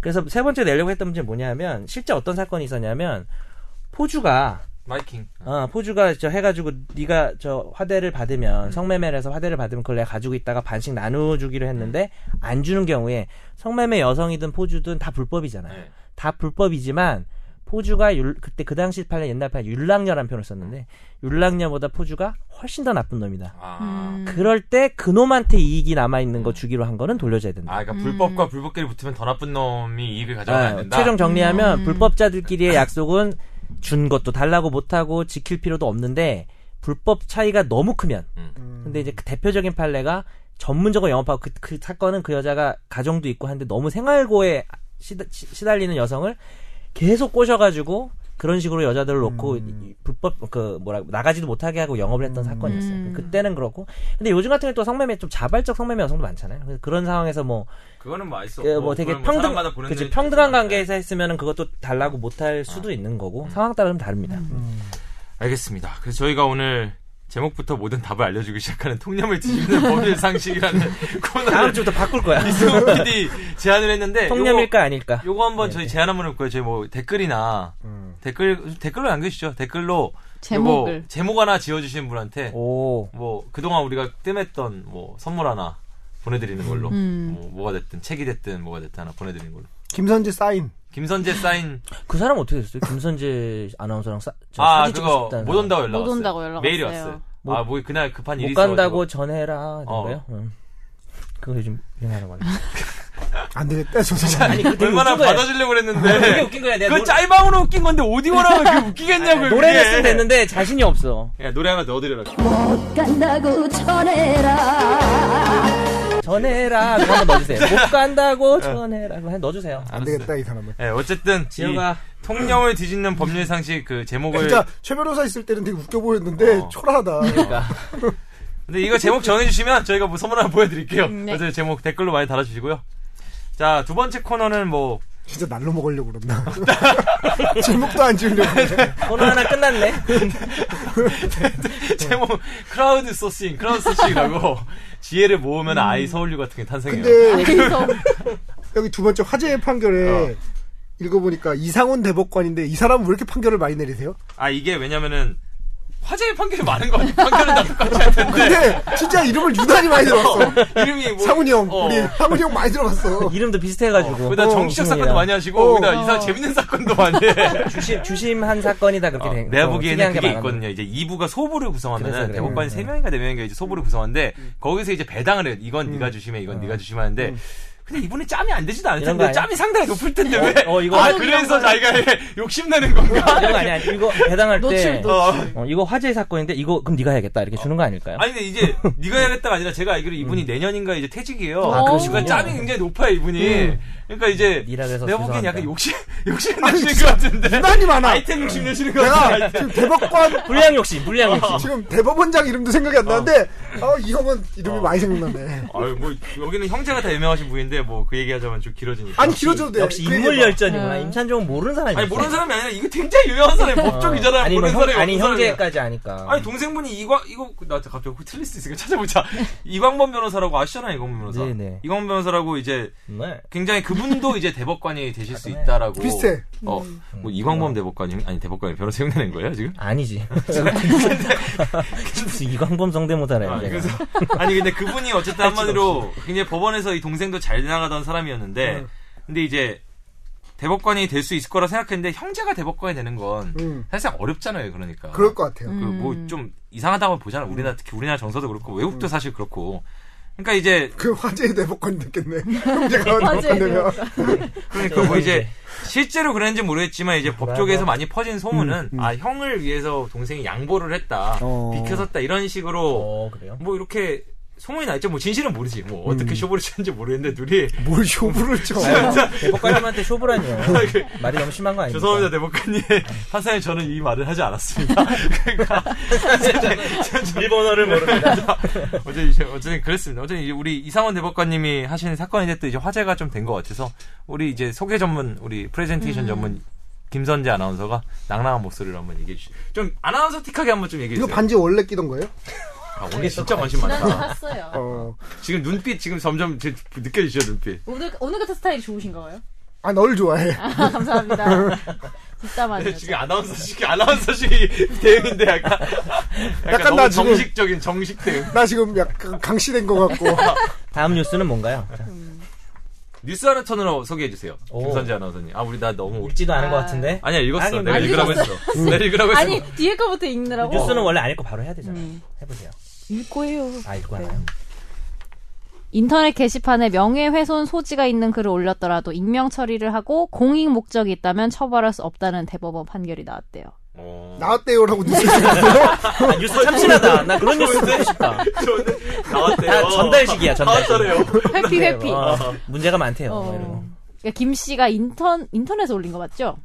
S4: 그래서 세 번째 내려고 했던 문제는 뭐냐면 실제 어떤 사건이 있었냐면 포주가
S1: 마이킹.
S4: 어, 포주가 저 해가지고 네가 저 화대를 받으면 성매매를 해서 화대를 받으면 그걸 내가 가지고 있다가 반씩 나눠주기로 했는데 안 주는 경우에 성매매 여성이든 포주든 다 불법이잖아요.
S1: 네.
S4: 다 불법이지만 포주가 율- 그때 그 당시 판례 옛날 판례 율랑녀라는 표현을 썼는데 율랑녀보다 포주가 훨씬 더 나쁜 놈이다.
S1: 아.
S3: 음.
S4: 그럴 때 그놈한테 이익이 남아있는 거 주기로 한 거는 돌려줘야 된다.
S1: 아, 그러니까 불법과 불법끼리 붙으면 더 나쁜 놈이 이익을 가져가면 안
S4: 아,
S1: 된다.
S4: 최종 정리하면
S1: [laughs]
S4: 불법자들끼리의 약속은 준 것도 달라고 못하고 지킬 필요도 없는데 불법 차이가 너무 크면
S2: 음.
S4: 근데 이제 그 대표적인 판례가 전문적으로 영업하고 그, 그 사건은 그 여자가 가정도 있고 한데 너무 생활고에 시다, 달리는 여성을 계속 꼬셔가지고 그런 식으로 여자들을 놓고
S1: 음.
S4: 이- 이 불법 그 뭐라 나가지도 못하게 하고 영업을 했던 사건이었어요.
S3: 음.
S4: 그때는 그렇고 근데 요즘 같은 경우 또 성매매 좀 자발적 성매매 여성도 많잖아요. 그래서 그런 상황에서 뭐
S1: 그거는 뭐 알수
S4: 그,
S1: 없고.
S4: 뭐, 되게
S1: 그건 뭐
S4: 평등,
S1: 사람마다 보는
S4: 그치,
S1: 눈이 아.
S4: 평등한
S1: 다르니까.
S4: 관계에서 했으면은 그것도 달라고 못할 수도 있는
S1: 음.
S4: 거고, 상황 따라 좀 다릅니다.
S1: 알겠습니다. 그래서 저희가 오늘 제목부터 모든 답을 알려주기 시작하는 통념을 뒤집는 법률 상식이라는
S4: [laughs] [laughs] 다음
S1: 코너를
S4: 주부터 바꿀 거야.
S1: 이승훈 PD 제안을 했는데
S4: 통념일까 아닐까.
S1: 요거, 요거 한번 저희 제안 한번 해볼까요? 저희 뭐 댓글이나
S4: 음.
S1: 댓글 댓글로 남겨주시죠. 댓글로
S3: 제목을.
S1: 요거 제목 하나 지어주시는 분한테
S4: 오.
S1: 뭐 그동안 우리가 뜸했던 뭐 선물 하나 보내드리는 걸로
S3: 음.
S1: 뭐, 뭐가 됐든 책이 됐든 뭐가 됐든 하나 보내드리는 걸로
S2: 김선지 사인.
S1: 김선재 사인
S4: 그 사람 어떻게 됐어요? 김선재 아나운서랑 싸, 저
S1: 아
S4: 사진
S1: 그거
S4: 찍었다는
S1: 못 온다고 연락
S3: 못
S1: 왔어요
S3: 온다고 연락
S1: 메일이
S3: 왔어요.
S1: 왔어요
S4: 못-
S1: 아뭐 그날 급한 일이
S4: 못
S1: 있어가지고.
S4: 간다고 전해라.
S1: 어.
S4: 이런 거요? 응. 그거 요즘 유행하는 거네.
S2: 안 되겠다, 저 사람.
S1: 얼마나
S4: 웃긴 거야.
S1: 받아주려고
S4: [laughs] 그게
S1: 그랬는데
S4: 웃긴 거야. 내가
S1: 그
S4: 노,
S1: 짤방으로 웃긴 건데 오디오로 하면 그게 웃기겠냐고요
S4: 노래를
S1: 그게.
S4: 했으면 됐는데 자신이 없어.
S1: 야, 노래 하나 넣어드려라
S6: 못 간다고 전해라
S4: 전해라. 그거 한번
S1: [laughs]
S4: 넣어주세요. 못 간다고 전해라. 그거 한 넣어주세요.
S2: 안 되겠다, 이 사람은.
S1: 예, 어쨌든
S4: 지효가.
S1: 이 통념을 뒤집는 법률 상식 그 제목을
S2: 진짜 최 변호사 있을 때는 되게 웃겨 보였는데
S1: 어.
S2: 초라하다.
S1: 근데 이거 제목 정해주시면 저희가 뭐 선물 하나 보여드릴게요
S3: 네.
S1: 그래서 제목 댓글로 많이 달아주시고요 자 두 번째 코너는 뭐
S2: 진짜 날로 먹으려고 그런다. [laughs] 제목도 안 지으려고. 그러네.
S4: 오늘 하나
S1: [laughs]
S4: 끝났네.
S1: 제목 크라우드 소싱 크라우드 소싱이라고 지혜를 모으면 아이 서울류 같은 게 탄생해요
S2: 근데
S3: 아, 그래서
S2: 여기 두 번째 화재의 판결에 읽어보니까 이상훈 대법관인데 이 사람은 왜 이렇게 판결을 많이 내리세요?
S1: 아 이게 왜냐면은 화제의 판결이 많은 거 아니야? 판결은 다 똑같이 할 텐데
S2: 근데 진짜 이름을 유난히 많이 들어봤어.
S1: 이름이 뭐
S2: 상훈이 형,
S1: 어.
S2: 우리 상훈이 형 많이 들어봤어.
S4: 이름도 비슷해가지고.
S1: 거기다
S4: 어,
S1: 정치적 사건도
S4: 승훈이랑.
S1: 많이 하시고
S2: 어.
S1: 거기다 이상 재밌는 사건도 많이 해.
S4: 주심, 주심한 사건이다 그렇게 된
S1: 아, 내가
S4: 어,
S1: 보기에는
S4: 특이한 게
S1: 그게
S4: 많아.
S1: 있거든요. 이제 2부가 소부를
S4: 그래서
S1: 구성하면은
S4: 그래요.
S1: 대법관이
S4: 음,
S1: 3명인가 4명인가 이제 소부를 구성하는데 거기서 이제 배당을 해요. 이건 네가 주시면 이건 네가 주시면 하는데 근데 이분이 짬이 안 되지도 않을
S4: 어. 음. 이런
S1: 텐데
S4: 거 아니야?
S1: 짬이 상당히 높을 텐데 왜?
S4: 어, 이거
S1: 아
S4: 아니-
S1: 그래서 자기가 욕심내는 건가?
S4: [laughs] 이거 아니야. 이거 배당할
S3: 노출
S4: 때
S3: 노출.
S4: 어, 이거 화재 사건인데 이거 그럼 네가 해야겠다 이렇게 주는 거 아닐까요?
S1: 아니 근데 이제 네가 해야겠다가 아니라 제가 알기로 이분이
S4: 음.
S1: 내년인가 이제 퇴직이에요.
S3: 아,
S1: 그러니까
S3: 그러시군요.
S1: 짬이 굉장히 높아요 이분이. 그러니까 이제
S4: 니라 그래서
S1: 내가 보기엔
S4: 음. 죄송합니다.
S1: 약간 욕심 [laughs] 욕심 내시는 것 같은데.
S2: 난이 많아.
S1: 아이템 욕심 내시는 것
S2: 내가
S1: 같은데.
S2: 지금 대법관
S4: 불량 욕심, 불량
S1: 어.
S4: 욕심.
S2: 지금 대법원장 이름도 생각이 안 나는데 아 이거면 이름이 많이 생각나네.
S1: 아유 뭐 여기는 형제가 다 유명하신 분인데 뭐 그 얘기하자면 좀 길어지니까.
S2: 아니 길어져도 돼.
S4: 역시
S2: 그
S4: 인물
S2: 얘기 봐.
S4: 열전이구나.
S3: 음.
S4: 임찬종은 모르는 사람이
S1: 아니
S4: 있어.
S1: 모르는 사람이 아니라 이거 굉장히 유명한 사람이 법조기잖아요.
S4: 아니, 뭐
S1: 모르는
S4: 형,
S1: 사람이
S4: 아니
S1: 없는 사람이야.
S4: 형제까지 아니까.
S1: 아니 동생분이 이거 이거 나한테 갑자기 혹 틀릴 수 있으니까
S4: [laughs]
S1: 찾아보자. 이광범 변호사라고 아시잖아요, 이광범 변호사.
S4: 네네.
S1: 이광범 변호사라고 이제
S4: 정말.
S1: 굉장히 그분도 이제 대법관이 되실 수
S4: 네. 음.
S1: 있다라고.
S2: 비슷해.
S1: 어, 뭐 이광범 대법관이 아니 대법관이 변호사 흉내낸 거예요 지금?
S4: 아니지. [laughs]
S1: [laughs]
S4: 무슨 이광범 성대모사래.
S1: 아,
S4: 아,
S1: 그래서 아니 근데 그분이 어쨌든 한마디로 굉장히 법원에서 이 어. 동생도 잘 나가던 사람이었는데 근데 이제 대법관이 될 수 있을 거라 생각했는데 형제가 대법관이 되는 건
S2: 음.
S1: 사실상 어렵잖아요 그러니까
S2: 그럴 것 같아요.
S1: 그
S3: 음.
S1: 뭐 좀 이상하다고 보잖아. 우리나라 특히 우리나라 정서도 그렇고 외국도 사실 그렇고. 그러니까 이제
S2: 그 화제의 대법관이 됐겠네. 형제가 대법관
S3: [laughs] 화제의
S2: 되면.
S1: 그러니까 뭐 이제 그러니까. 실제로 그랬는지 모르겠지만 이제 법조계에서
S4: 맞아.
S1: 많이 퍼진 소문은 아 형을 위해서 동생이 양보를 했다
S2: 어.
S1: 비켜섰다 이런 식으로
S4: 어, 그래요?
S1: 뭐 이렇게 소문이 나 있죠. 뭐 진실은 모르지. 뭐
S4: 음.
S1: 어떻게 쇼부를 쳤는지 모르겠는데 둘이
S2: 뭘 쇼부를 쳐.
S4: 네, 대법관님한테
S1: [laughs]
S4: 쇼부라니요. 말이 너무 심한 거 아니에요?
S1: 아, 그 죄송합니다 대법관님
S4: 네.
S1: 판사님 저는 이 말을 하지 않았습니다. [laughs] 그러니까
S4: [laughs] 일본어를 모르는
S1: [laughs] 어쨌든 이제- 어쨌든 그랬습니다. 어쨌든 이제 우리 이상원 대법관님이 하시는 사건인데 또 이제 화제가 좀 된 것 같아서 우리 이제 소개 전문 우리 프레젠테이션 전문 김선재 아나운서가 낭랑한 목소리로 한번 얘기해 주시죠. 좀 아나운서 틱하게 한번 좀 얘기해
S2: 이거
S1: 주세요.
S2: 반지 원래 끼던 거예요?
S1: 아, 오늘 진짜 관심
S3: 지난주
S1: 많다.
S3: 샀어요.
S2: 어.
S1: 지금 눈빛 지금 점점 제- 느껴지죠 눈빛.
S3: 오늘 오늘 같은 스타일이 좋으신가 [laughs] 봐요.
S2: 아, 널 좋아해.
S3: 아, 감사합니다. 뒷담화네요.
S1: 근데 지금 아나운서식 아나운서식 [laughs] 대응인데 약간 약간,
S2: 약간
S1: 너무
S2: 나 지금-
S1: 정식적인 정식 대응.
S2: 나 지금 약간 강시된 것 같고.
S4: 다음 뉴스는 뭔가요? 자,
S1: 뉴스 하나 턴으로 소개해 주세요.
S4: 오.
S1: 김선재 아나운서님. 아 우리 나 너무
S4: 읽지도 않은
S3: 아.
S4: 것 같은데.
S1: 아니야 읽었어.
S4: 아니,
S1: 내가
S4: 아니,
S1: 읽으라고 했어. 내가 읽으라고 했어.
S3: 아니 뒤에 거부터 읽느라고.
S4: 뉴스는 원래 아닐 거 바로 해야 되잖아요.
S3: 음.
S4: 해보세요.
S3: 읽고 해요.
S4: 아, 읽고 하나요?
S3: 인터넷 게시판에 명예훼손 소지가 있는 글을 올렸더라도 익명 처리를 하고 공익 목적이 있다면 처벌할 수 없다는 대법원 판결이 나왔대요.
S1: 어.
S2: 나왔대요라고 뉴스 있어요.
S4: 아, 뉴스 참신하다. 나 그런 뉴스 듣고 싶다.
S1: 저는 나왔대요.
S4: 다 전달식이야, 전달식.
S1: 나왔더래요. 아.
S3: 회피 회피.
S4: 어, 문제가 많대요.
S3: 어.
S4: 뭐 이런 거.
S3: 그러니까 김 씨가 인턴 인터넷에 올린 거 맞죠?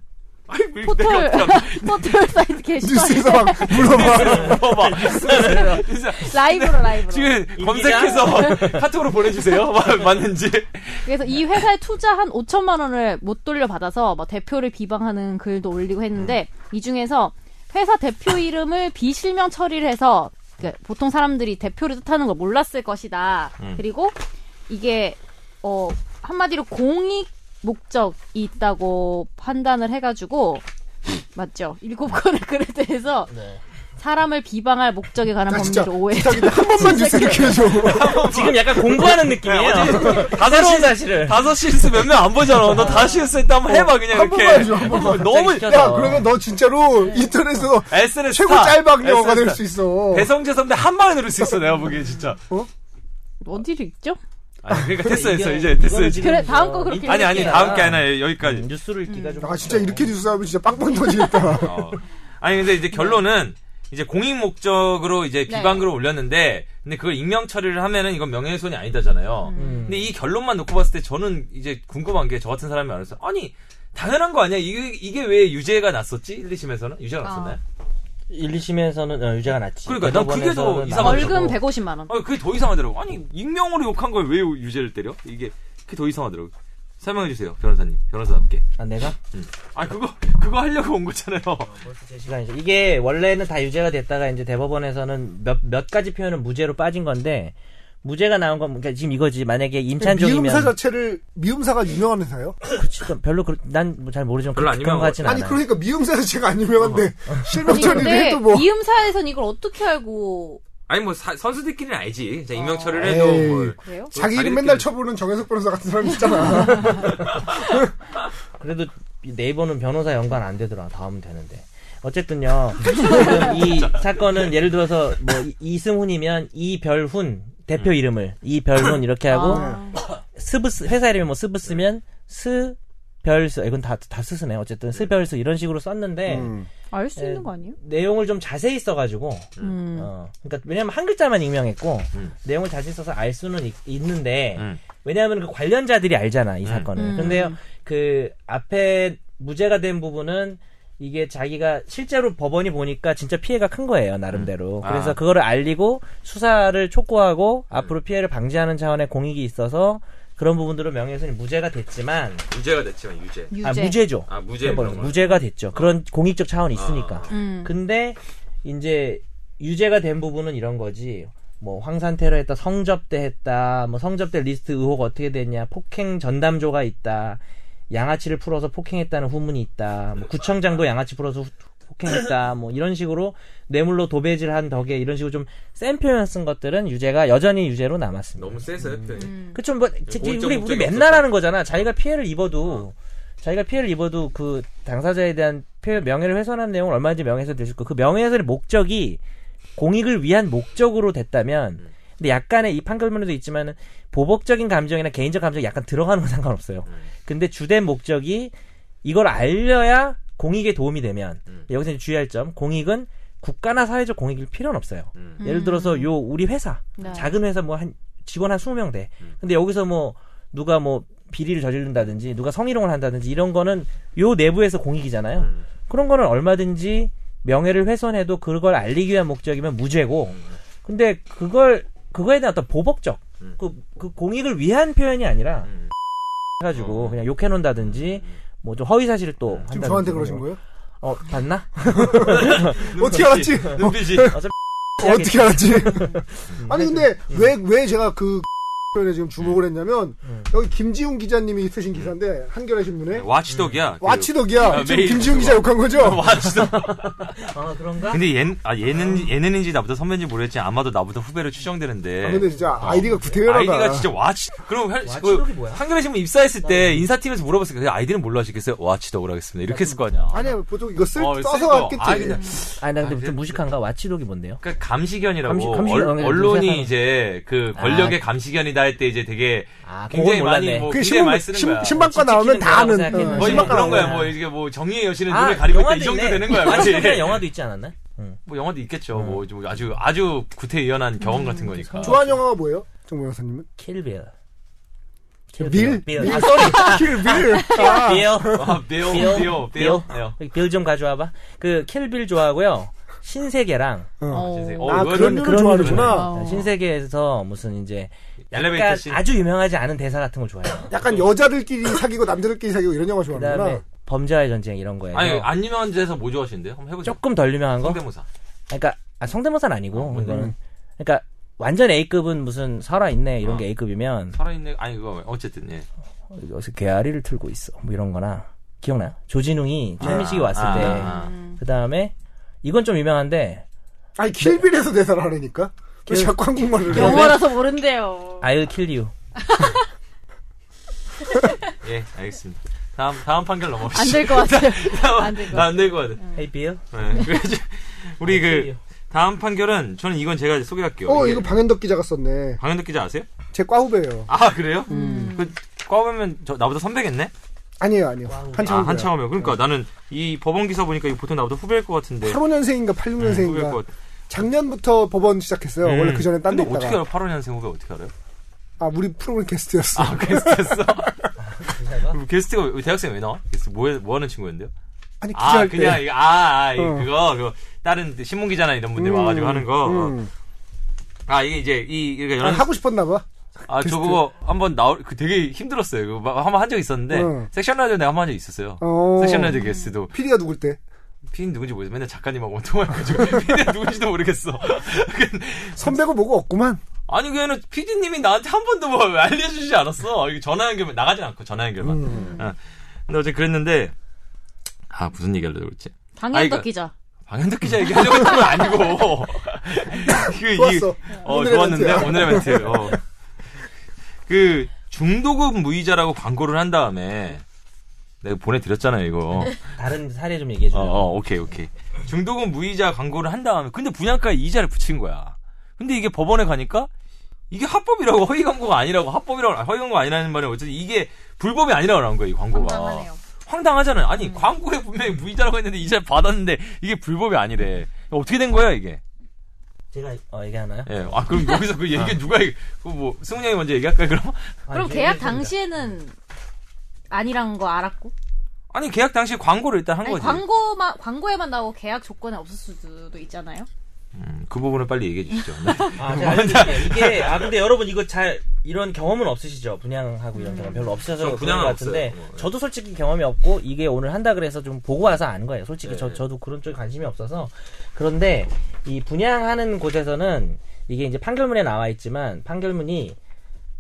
S1: 아니, 왜
S3: 포털
S1: 내가
S3: [laughs] 포털 사이트
S2: 뉴스에서
S3: 게시판에
S2: 막 물어봐.
S1: 물어봐. 진짜
S3: [laughs] 라이브로 라이브로.
S1: 지금
S4: 이
S1: 검색해서 카톡으로 보내주세요. 맞는지.
S3: 그래서 이 회사에 투자한 5천만 원을 못 돌려받아서 막 대표를 비방하는 글도 올리고 했는데
S2: 음.
S3: 이 중에서 회사 대표 이름을 비실명 처리를 해서 그 보통 사람들이 대표를 뜻하는 걸 몰랐을 것이다.
S1: 음.
S3: 그리고 이게 어 한마디로 공익 목적이 있다고 판단을 해가지고 [laughs] 맞죠? 일곱 건의 글에 대해서 사람을 비방할 목적에 관한
S2: 나 네. 아, 진짜
S3: 법률 오해.
S2: 한 번만 뉴스 이렇게 해줘.
S4: 지금 약간 공부하는
S1: 네,
S4: 느낌이에요. 새로운 사실을.
S1: 다섯 실수 몇 명 안 보잖아. 너 다섯 실수 했다 한번 해봐, 그냥
S2: 한
S1: 이렇게.
S2: 번만 해줘, 한 번만.
S1: 너무
S4: 갑자기 시켜서.
S2: 야, 그러면 너 진짜로 인터넷에서
S1: SNS
S2: 최고
S1: 스타.
S2: 짤방 영화가 될
S1: SNS
S2: 수 있어.
S1: 스타. 배성재 선배 한 방에 누를 수 있어, 내가 보기엔 진짜.
S3: 어디를 읽죠?
S1: 아니, 그러니까 됐어, 됐어.
S4: 이게-
S1: 이제 됐어,
S4: 이거는
S1: 이제.
S4: 지금
S3: 그래, 다음 거
S4: 저
S3: 그렇게
S1: 아니, 아니,
S3: 이게-
S1: 다음 게 아니라 음. 여기까지.
S4: 뉴스로 읽기가 좀.
S2: 아, 진짜 이렇게 뉴스 하면 진짜 빵빵
S1: [laughs]
S2: 터지겠다.
S1: 어. 아니 근데 이제 결론은 이제 공익 목적으로 이제
S3: 네.
S1: 비방글을 올렸는데 근데 그걸 익명 처리를 하면은 이건 명예훼손이 아니다잖아요.
S4: 음.
S1: 근데 이 결론만 놓고 봤을 때 저는 이제 궁금한 게 저 같은 사람이 알아서 아니 당연한 거 아니야? 이게 이게 왜 유죄가 났었지? 1, 2심에서는 유죄가 났었나요?
S4: 1, 2심에서는 어, 유죄가 났지.
S1: 그러니까 난 그게 더
S4: 대법원에서는
S1: 이상하더라고.
S3: 벌금 150만 원.
S1: 아 그게 더 이상하더라고. 아니 익명으로 욕한 걸 왜 유죄를 때려? 이게 그게 더 이상하더라고. 설명해 주세요, 변호사님, 변호사답게.
S4: 아, 내가?
S1: 아 그거 그거 하려고 온 거잖아요.
S4: 벌써 제 시간이죠. 이게 원래는 다 유죄가 됐다가 이제 대법원에서는 몇, 몇 가지 표현은 무죄로 빠진 건데, 무죄가 나온 건, 그러니까 지금 이거지. 만약에
S2: 미음사
S4: 임찬종이면.
S2: 자체를 미음사가 유명한 회사요?
S4: 그치, 그건 별로, 난잘 모르지만.
S1: 별로 안
S4: 그런
S1: 유명한
S4: 거 같진
S2: 아니
S4: 않아요.
S2: 그러니까 미음사 자체가 안 유명한데
S3: 아니,
S2: 실명처리를
S3: 근데
S2: 해도 뭐
S3: 이음사에선 이걸 어떻게 알고
S1: 아니 뭐 사- 선수들끼리는 알지. 자, 익명
S3: 어.
S1: 처리를 해도
S2: 에이.
S1: 뭘.
S3: 그래요?
S2: 자기
S1: 자기들끼리-
S2: 이름 맨날 쳐보는 정혜석 변호사 같은 사람
S4: [laughs]
S2: 있잖아.
S4: 그래도 이 네이버는 변호사 연관 안 되더라. 다음 되는데.
S3: [laughs]
S4: 어쨌든요. 지금 이 사건은 예를 들어서
S2: 음.
S4: 뭐 이- 이승훈이면 이별훈 대표 이름을 이별훈 이렇게 하고
S3: 아,
S4: 스브스 회사 이름이 뭐 스브스면 스 별스 이건 다 다 스스네 어쨌든 스별스 이런 식으로 썼는데
S2: 음.
S3: 알 수
S4: 예.
S3: 있는 거 아니에요?
S4: 내용을 좀 자세히 써가지고
S3: 음.
S4: 어 그러니까 왜냐면 한 글자만 익명했고
S1: 음.
S4: 내용을 자세히 써서 알 수는 있, 는데
S1: 음.
S4: 왜냐하면 그 관련자들이 알잖아 이 사건을
S3: 음.
S4: 근데요 그 앞에 무죄가 된 부분은 이게 자기가 실제로 법원이 보니까 진짜 피해가 큰 거예요 나름대로
S1: 음. 아. 음.
S4: 그래서 그거를 알리고 수사를 촉구하고 앞으로 피해를 방지하는 차원의 공익이 있어서 그런 부분들은 명예훼손이 무죄가 됐지만
S1: 무죄가 됐지만 유죄.
S3: 음. 유죄.
S4: 아 무죄죠
S1: 아, 무죄.
S4: 그래버려서
S1: 그런 아. 건.
S4: 무죄가 됐죠 그런 공익적 차원이 있으니까
S3: 음.
S1: 그
S4: 근데 이제 유죄가 된 부분은 이런 거지. 뭐 황산 테러했다, 성접대했다, 뭐 성접대 리스트 의혹 어떻게 됐냐, 폭행 전담조가 있다, 양아치를 풀어서 폭행했다는 후문이 있다, 뭐 구청장도 양아치 풀어서 후- 폭행했다, 뭐 이런 식으로 뇌물로 도배질한 덕에 이런 식으로 좀 센 표현 쓴 것들은 유죄가 여전히 유죄로 남았습니다.
S1: 너무 세서요, 표현이.
S3: 음.
S4: 그쵸 뭐 지- 지-
S1: 공익적
S4: 우리 우리
S1: 목적이
S4: 맨날
S1: 네, 없었다.
S4: 하는 거잖아 자기가 피해를 입어도 자기가 피해를 입어도 그 당사자에 대한 피해, 명예를 훼손한 내용을 얼마든지 명예훼손 될수 있고 그 명예훼손의 목적이 공익을 위한 목적으로 됐다면
S1: 음.
S4: 근데 약간의 이 판결문에도 있지만은 보복적인 감정이나 개인적 감정이 약간 들어가는 건 상관없어요
S1: 음.
S4: 근데 주된 목적이 이걸 알려야 공익에 도움이 되면
S1: 음.
S4: 여기서 이제 주의할 점 공익은 국가나 사회적 공익일 필요는 없어요
S1: 음.
S4: 예를 들어서 요 우리 회사
S1: 그
S3: 네.
S4: 작은 회사 뭐 한 직원 한 20명 돼.
S1: 음.
S4: 근데 여기서 뭐 누가 뭐 비리를 저지른다든지 누가 성희롱을 한다든지 이런 거는 요 내부에서 공익이잖아요.
S1: 음.
S4: 그런 거는 얼마든지 명예를 훼손해도 그걸 알리기 위한 목적이면 무죄고. 근데 그걸 그거에 대한 어떤 보복적
S1: 음.
S4: 그, 그 공익을 위한 표현이 아니라
S1: 음.
S4: 해가지고
S1: 어.
S4: 그냥 욕해 놓는다든지
S2: 음.
S4: 뭐 좀 허위 사실을 또
S2: 지금
S4: 한다든지
S2: 저한테 그러신 거예요?
S4: 어 봤나?
S2: 어떻게 알았지?
S1: 눈빛이.
S2: [laughs] 어떻게 알았지? [laughs] 아니 근데 왜 왜 제가 그 [laughs] 표현에 지금
S4: 네.
S2: 주목을 했냐면 여기 김지훈 기자님이 쓰신 기사인데 한겨레 신문에
S1: 와치독이야. 그- [laughs]
S2: 와치덕이야.
S1: 아,
S2: 지금
S1: 메일
S2: 김지훈
S1: 그거.
S2: 기자 욕한 거죠?
S1: 와치독.
S4: 아 그런가?
S1: 근데 얘는, 아, 얘는, 얘는인지 나보다 선배인지 모르겠지만 아마도 나보다 후배로 추정되는데.
S2: 아, 근데 진짜 아이디가 구태여라다.
S1: 네. 아이디가 진짜 와치. 그럼 할-
S4: 와치독이
S1: 그
S4: 뭐야?
S1: 한겨레 신문 입사했을 때 인사팀에서 물어봤을 때 아이디는 뭘로 하시겠어요? 와치독으로 하겠습니다. 이렇게 했을 거 아니야.
S2: 아니야 보통 이거 쓸
S1: 어, 쓸
S2: 써서
S1: 거.
S2: 왔겠지.
S1: 아, 그냥-
S4: 아니 나 근데
S1: 아,
S4: 좀 무식한가? 와치독이 뭔데요?
S1: 그러니까 감시견이라고
S4: 감시- 감시-
S1: 얼-
S4: 어, 그냥
S1: 언론이
S4: 생각하는-
S1: 이제 그 권력의 감시견이다 할 때 이제 되게
S4: 아, 그건
S1: 굉장히
S4: 몰랐네.
S1: 많이 뭐
S2: 그
S1: 굉장히
S2: 신문
S1: 많이 쓰는 거야.
S2: 신, 박과
S4: 뭐 지키는
S2: 나오면 다
S4: 거라고
S2: 아는
S4: 생각했는데.
S2: 어,
S1: 뭐, 뭐
S2: 신박과
S1: 그런 거야.
S2: 나오면.
S1: 뭐 이게 뭐 정의의 여신은 눈을 가리고 있다 이 정도 되는
S4: [laughs]
S1: 거야.
S4: 아,
S1: 그치?
S4: 심지어 영화도 음. 있지 않았나? 응.
S1: [laughs] 뭐 영화도 있겠죠. 뭐 이제 뭐 아주 아주 구태의연한
S4: 음,
S1: 경험 같은 거니까.
S2: 좋아하는 영화가 뭐예요? 정모 여사님은?
S4: 킬빌.
S2: 빌?
S4: 빌.
S2: 빌?
S4: 아, 쏘리.
S2: [laughs] 킬빌. 아,
S4: 빌.
S1: [laughs] 아, 빌, 빌, 빌. 빌.
S4: 빌좀 가져와봐. 그 킬빌 좋아하고요. 신세계랑 네,
S2: 어.
S1: 어,
S2: 아,
S1: 이거는
S2: 그런 류를 좋아하는구나.
S3: 어.
S4: 신세계에서 무슨 이제
S1: 엘리베이터
S4: 약간
S1: 씬.
S4: 아주 유명하지 않은 대사 같은 걸 좋아해요.
S2: 약간 여자들끼리 [laughs] 사귀고 남자들끼리 사귀고 이런 영화
S4: 네. 그다음에
S2: 좋아하는구나.
S4: 범죄와의 전쟁 이런 거예요.
S1: 아니 안 유명한 데서 뭐 좋아하시는데요? 한번 해보세요.
S4: 조금 덜 유명한 거?
S1: 성대모사. 음.
S4: 그러니까 아, 성대모사는 아니고 이거는. 그러니까 완전 A급은 무슨 살아 있네 이런 게
S1: 어.
S4: A급이면
S1: 살아있는 아니 그거 어쨌든 예.
S4: 요새 개아리를 틀고 있어. 뭐 이런 거나. 기억나요? 조진웅이 최민식이 왔을
S1: 아,
S4: 때.
S1: 아, 아.
S4: 그 다음에, 이건 좀 유명한데,
S2: 아니 킬빌에서
S4: 네.
S2: 대사를 하려니까. 왜
S4: 킬-
S2: 자꾸 한국말을
S4: 그
S2: 해?
S3: 영어라서 모른대요.
S1: 아,
S4: I'll kill you.
S1: 예, 알겠습니다. 다음 다음 판결 넘어가시죠.
S3: 안 될
S1: [laughs]
S3: 것 같아요. 안 될 것 같아요.
S1: 안될것 같아.
S4: Hey, Bill.
S1: 네. [laughs] 그래서 우리
S4: I'll kill
S1: 그
S4: you.
S1: 다음 판결은 저는 이건 제가 소개할게요.
S2: 어
S1: 이게
S2: 이거 방현덕 기자가 썼네.
S1: 방현덕 기자 아세요?
S2: 제 과후배예요.
S1: 아 그래요?
S2: 음.
S1: 그 꽈배면 저 나보다 선배겠네?
S2: 아니에요, 아니요.
S1: 아
S2: 한참 후배요.
S1: 한참 하면 그러니까
S2: 음.
S1: 나는 이 법원 기사 보니까 이거 보통 나보다 후배일 것 같은데.
S2: 85년생인가
S1: 후배일
S2: 86년생인가
S1: 것 같아.
S2: 작년부터 법원 시작했어요.
S1: 네, 뭐 음.
S2: 원래 그 전에 딴 데
S1: 근데
S2: 있다가.
S1: 어떻게 알아? 8호년생 후배 어떻게 알아요? [laughs]
S2: 아 우리 프로그램 게스트였어.
S1: 아 게스트였어. 그럼 게스트가 왜- 대학생 왜 나와? 게스트 뭐, 해- 뭐 하는 친구였는데요?
S2: 아니 기자할
S1: 아 그냥
S2: 때.
S1: 이거- 아, 아 이-
S2: 어.
S1: 그거 그거 다른 신문 기자나 이런 분들 와가지고 하는 거. 어.
S2: 음.
S1: 아 이게 이제 이 이게
S2: 아,
S1: 연
S2: 하고 싶었나 봐.
S1: 아,
S2: 게스트.
S1: 저 그거 한번 나올, 그 되게 힘들었어요. 그거 막 한번 한 적 있었는데,
S2: 응.
S1: 섹션 라디오 내가 한 번 한 적 있었어요.
S2: 어.
S1: 섹션 라디오 게스트도.
S2: 피디가 누굴 때?
S1: 피디는 누군지 모르겠어. 맨날 작가님하고
S2: [laughs]
S1: 통화해가지고, 피디는 누군지도 모르겠어. [laughs]
S2: 선배고 뭐고 없구만.
S1: 아니, 그는 피디님이 나한테 한 번도 뭐 알려주지 않았어. 이거 전화 연결만, 나가진 않고, 전화 연결만.
S2: 음.
S1: 어. 근데 어제 그랬는데, 아, 무슨 얘기 하려고 그랬지? 아,
S3: 방현덕
S1: 이거-
S3: 기자.
S1: 방현덕 기자 얘기하려고 했던 건 아니고. [laughs] 그, 이-
S2: 좋았어.
S1: 어,
S2: 오늘의
S1: 좋았는데,
S2: 멘트야.
S1: 오늘의 멘트.
S2: [laughs]
S1: 어. 그, 중도금 무이자라고 광고를 한 다음에, 내가 보내드렸잖아요, 이거.
S2: 네.
S4: 다른 사례 좀 얘기해
S1: 어,
S4: 주세요.
S1: 어, 오케이, 오케이. 중도금 무이자 광고를 한 다음에, 근데 분양가에 이자를 붙인 거야. 근데 이게 법원에 가니까, 이게 합법이라고 허위 광고가 아니라고 합법이라고 허위 광고 가 아니라는 말은 어쨌든 이게 불법이 아니라고 나온 거예요 이 광고가
S3: 황당하네요.
S1: 황당하잖아요 아니
S2: 음.
S1: 광고에 분명히 무이자라고 했는데 이자 받았는데 이게 불법이 아니래 어떻게 된 거야 이게
S4: 제가 어, 얘기하나요?
S1: 예 아 [laughs] 그럼 여기서 그 얘기 누가 얘기 그뭐 승훈 형이 먼저 얘기할까요 그럼
S3: 그럼
S4: 아니,
S3: 계약
S4: 얘기해보자.
S3: 당시에는 아니라는 거 알았고
S1: [laughs] 아니 계약 당시에 광고를 일단 한
S3: 아니,
S1: 거지
S3: 광고만 광고에만 나오고 계약 조건에 없었을 수도 있잖아요.
S1: 음, 그 부분을 빨리 얘기해 [laughs] 주시죠 네.
S4: 아, 제가 알려드릴게요. 이게 아 근데 여러분 이거 잘 이런 경험은 없으시죠? 분양하고 이런 경험 별로 없으셔서
S1: 저
S4: 그런 것
S1: 음. 분양은
S4: 같은데
S1: 없어요. 어, 예.
S4: 저도 솔직히 경험이 없고 이게 오늘 한다 그래서 좀 보고 와서 아는 거예요. 솔직히
S1: 예,
S4: 저
S1: 예.
S4: 저도 그런 쪽에 관심이 없어서 그런데 이 분양하는 곳에서는 이게 이제 판결문에 나와 있지만 판결문이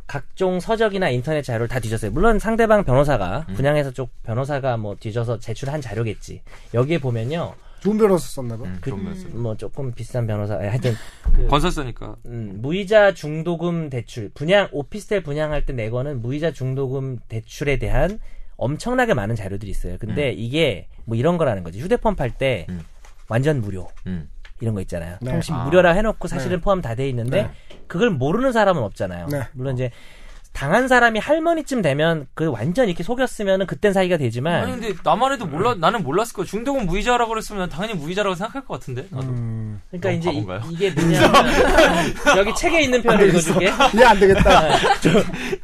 S4: 각종 서적이나 인터넷 자료를 다 뒤졌어요. 물론 상대방 변호사가
S1: 음.
S4: 분양회사 쪽 변호사가 뭐 뒤져서 제출한 자료겠지. 여기에 보면요,
S2: 좋은 변호사 썼나 봐.
S1: 음,
S4: 그-
S1: 아, 그런 면에서.
S4: 뭐 조금 비싼 변호사, 아니, 하여튼
S1: 네. 건설사니까
S4: 음, 무이자 중도금 대출 분양 오피스텔 분양할 때 내거는 무이자 중도금 대출에 대한 엄청나게 많은 자료들이 있어요. 근데 이게 뭐 이런 거라는 거지. 휴대폰 팔 때
S1: 음.
S4: 완전 무료
S1: 음.
S4: 이런 거 있잖아요.
S2: 네.
S4: 통신
S1: 아. 네.
S4: 무료라 해놓고 사실은 포함 다 돼 있는데 그걸 모르는 사람은 없잖아요.
S2: 네.
S4: 물론 이제 당한 사람이 할머니쯤 되면 그 완전 이렇게 속였으면은 그땐 사이가 되지만
S1: 아니 근데 나만 해도 몰라 나는 몰랐을 거야 중독은 무이자라고 그랬으면 난 당연히 무이자라고 생각할 것 같은데 나도
S2: 음.
S4: 그러니까
S1: 너무
S4: 이제 이,
S1: 바본가요?
S4: 이게
S1: [laughs]
S4: 뭐냐 여기 책에 있는 표현을 읽어줄게.
S2: 이해 안 되겠다.
S4: [laughs]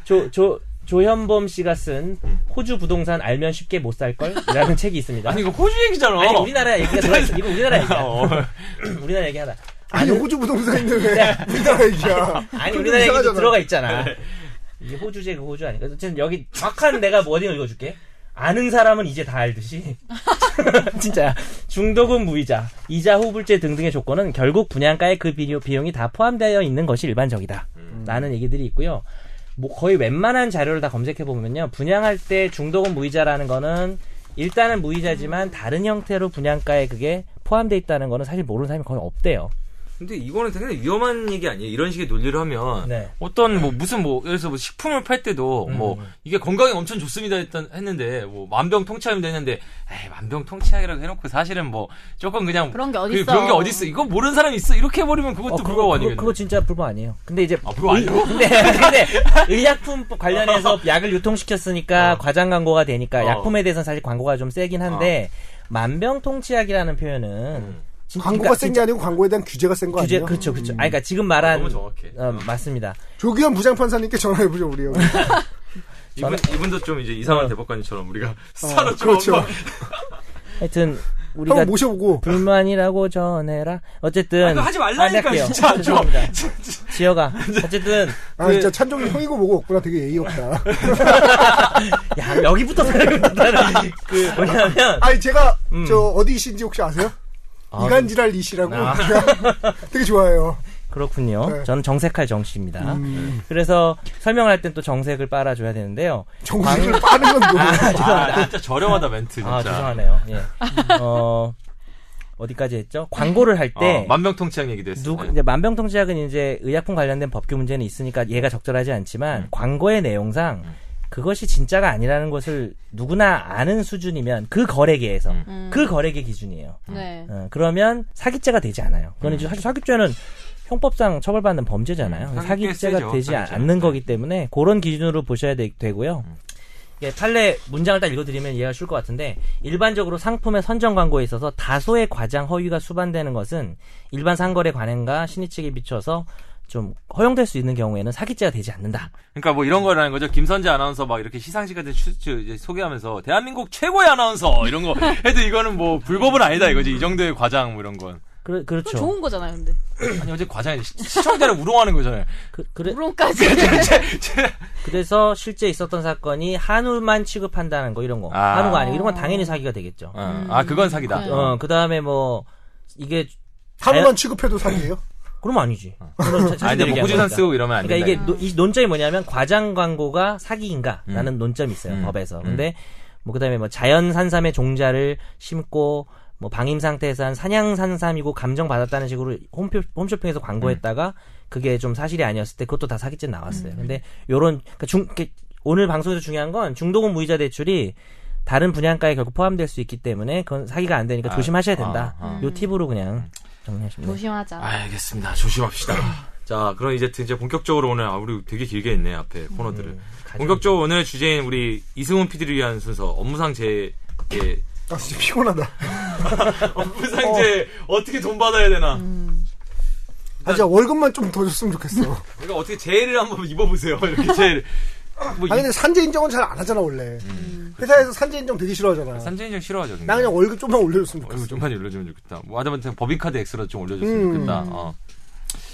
S4: 조, 조, 조현범 씨가 쓴 호주 부동산 알면 쉽게 못 살걸?
S1: [laughs]
S4: 이라는 책이
S1: 음.
S4: 있습니다.
S1: 아니
S4: 아니,
S1: 이거 호주 얘기잖아
S4: 우리나라 얘기가 들어있어. 이거 우리나라 얘기야.
S1: [laughs] 어.
S4: [laughs] 우리나라 얘기 하나.
S2: 아니 호주 부동산인데 왜 우리나라 얘기야?
S4: 네. 아니,
S2: 그건
S4: 우리나라 얘기
S2: 이상하잖아. 네.
S4: 들어가 있잖아. 이게 호주제 그 호주 아닌가? 어쨌든 여기 정확한 내가 워딩을 읽어줄게. 아는 사람은 이제 다 알듯이. [laughs] 진짜야. 중도금 무이자, 이자 후불제 등등의 조건은 결국 분양가에 그 비료- 비용이 다 포함되어 있는 것이 일반적이다.
S2: 음.
S4: 라는 얘기들이 있고요. 뭐 거의 웬만한 자료를 다 검색해 보면요. 분양할 때 중도금 무이자라는 거는 일단은 무이자지만 다른 형태로 분양가에 그게 포함되어 있다는 거는 사실 모르는 사람이 거의 없대요.
S1: 근데 이거는 굉장히 위험한 얘기 아니에요 이런 식의 논리를 하면
S4: 네.
S1: 어떤 뭐 무슨 뭐 예를 들어서 뭐 식품을 팔 때도
S4: 음.
S1: 뭐 이게 건강에 엄청 좋습니다 했던 했는데 뭐 만병통치약입니다 했는데 에이 만병통치약이라고 해놓고 사실은 뭐 조금 그냥
S3: 그런 게 어딨어.
S1: 그- 그런 게 어딨어 이거 모르는 사람이 있어 이렇게 해버리면 그것도
S4: 어, 그거-
S1: 불가고
S4: 그거-
S1: 아니겠네
S4: 그거 진짜 불법 아니에요. 근데 이제 네,
S1: 아 그거 아니에요?
S4: [laughs] 근데, 근데 의약품 관련해서 약을 유통시켰으니까 과장 광고가 되니까
S1: 어.
S4: 약품에 대해서는 사실 광고가 좀 세긴 한데 만병통치약이라는 표현은
S1: 음.
S4: 진짜-
S2: 광고가
S4: 그러니까
S2: 센 게
S4: 진짜
S2: 아니고 광고에 대한 규제가 센 거
S4: 규제
S2: 아니에요?
S4: 그렇죠 그렇죠. 아니 그러니까 지금 말한
S1: 너무 정확해.
S4: 어, 맞습니다.
S2: 조기현 부장판사님께 전화해보죠 우리 여기.
S4: 그러니까
S1: 이분, 이분도 좀 이제
S4: 어.
S1: 이상한 대법관처럼 [laughs] 우리가 스타로 좀
S2: 그렇죠.
S1: 한번-
S4: 하여튼 우리가
S2: 형 모셔보고
S4: 불만이라고 전해라. 어쨌든
S1: 아, 그거 하지 말라니까,
S4: 안 할게요.
S1: [laughs] 진짜 좀.
S4: 죄송합니다. 지혁아. 어쨌든
S2: 아 진짜 찬종이 형이고 뭐고 없구나 되게 예의
S4: [laughs]
S2: 없다.
S4: 야 여기부터 [laughs] 생각했다는 그 뭐냐면
S2: 아니 제가
S4: 음.
S2: 저 어디이신지 혹시 아세요? 이간질할 이씨라고
S4: 아.
S2: [laughs] 되게 좋아해요.
S4: 그렇군요.
S2: 네.
S4: 저는 정색할 정씨입니다.
S2: 음.
S4: 그래서 설명할 땐 또 정색을 빨아줘야 되는데요.
S2: 정신을 빠는 건 뭐예요?
S1: 아, 진짜 저렴하다 멘트 진짜
S4: 아 죄송하네요. 예. 어 어디까지 했죠? 광고를 할 때
S1: 어, 만병통치약 얘기도 했어요
S4: 네. 누구
S1: 네.
S4: 이제 만병통치약은 이제 의약품 관련된 법규 문제는 있으니까 얘가 적절하지 않지만
S1: 음.
S4: 광고의 내용상 그것이 진짜가 아니라는 것을 누구나 아는 수준이면 그 거래계에서
S1: 음.
S4: 그 거래계 기준이에요.
S1: 아.
S3: 네.
S4: 어, 그러면 사기죄가 되지 않아요. 그건 이제 사실 사기죄는 형법상 처벌받는 범죄잖아요.
S1: 음, 사기죄
S4: 사기죄가
S1: 세죠,
S4: 되지
S1: 사기죄는. 네. 음.
S4: 않는 거기 때문에 그런 기준으로 보셔야 되, 고요 예, 판례 문장을 딱 읽어드리면 이해가 쉬울 것 같은데 일반적으로 상품의 선정 광고에 있어서 다소의 과장 허위가 수반되는 것은 일반 상거래 관행과 신의 측에 비춰서 좀 허용될 수 있는 경우에는 사기죄가 되지 않는다.
S1: 그러니까 뭐 이런 거라는 거죠. 김선재 아나운서 막 이렇게 시상식 같은 추, 추- 이제 소개하면서 대한민국 최고의 아나운서 이런 거 해도 이거는 뭐 불법은 아니다 이거지. 이 정도의 과장 뭐 이런 건.
S4: 그,
S3: 그건
S4: 그렇죠.
S3: 좋은 거잖아요, 근데.
S1: 아니 어제 과장이 시- 시청자를 우롱하는 거잖아요.
S4: 그,
S1: 네.
S4: 그래,
S1: [laughs]
S3: 물론까지.
S4: 그래서 실제 있었던 사건이 한우만 취급한다는 거 이런 거
S1: 아.
S4: 한우가 아니고 이런 건 당연히 사기가 되겠죠.
S1: 어, 아 그건 사기다.
S3: 네.
S4: 어, 그 다음에 뭐, 이게, 아.
S2: 하루만 취급해도 사기예요?
S4: 그럼 아니지. 그럼 자-
S1: 아
S4: 자신들이
S1: 근데 뭐
S4: 얘기한
S1: 호주산
S4: 거니까.
S1: 쓰고 이러면 안
S4: 그러니까
S1: 된다.
S4: 이게 노- 이 논점이 뭐냐면 과장 광고가 사기인가?
S1: 음.
S4: 라는 논점이 있어요.
S1: 음.
S4: 법에서.
S1: 음.
S4: 근데 뭐 그다음에 뭐 자연 산삼의 종자를 심고 뭐 방임 상태에서 한 산양 산삼이고 감정 받았다는 식으로 홈쇼, 홈쇼핑에서
S1: 음.
S4: 광고했다가 그게 좀 사실이 아니었을 때 그것도 다 사기죄 나왔어요. 근데 요런 그러니까 중 이렇게 오늘 방송에서 중요한 건 중도금 무이자 대출이 다른 분양가에 결국 포함될 수 있기 때문에 그건 사기가 안 되니까
S1: 아,
S4: 조심하셔야 된다.
S1: 아, 아.
S4: 요 팁으로 그냥 정리하십니다.
S3: 조심하자.
S1: 알겠습니다. 조심합시다. 자, 그럼 이제 이제 본격적으로 오늘 아 우리 되게 길게 했네 앞에 코너들을.
S4: 음, 가장-
S1: 본격적으로 오늘 주제인 우리 이승훈 PD를 위한 순서 업무상제 [laughs] 예.
S2: 아 진짜 피곤하다.
S1: 업무상제 어. 떻게돈 받아야 되나?
S4: 그러니까
S2: 아 진짜 월급만 좀 더 줬으면 좋겠어.
S4: 음.
S1: 그러니까 어떻게 제의를 한번 입어보세요. [laughs] 이렇게 제의를. 뭐
S2: 아니 근데 산재 인정은 잘 안 하잖아 원래.
S4: 음.
S2: 회사에서 산재 인정 되게 싫어하잖아.
S1: 산재인정 싫어하죠.
S2: 나 그냥 월급 좀만 올려줬으면
S1: 얼굴
S2: 좋겠어.
S1: 좀만 올려주면 좋겠다. 뭐 아담한테 법인카드 엑스라 좀 올려줬으면
S2: 음.
S1: 좋겠다. 어.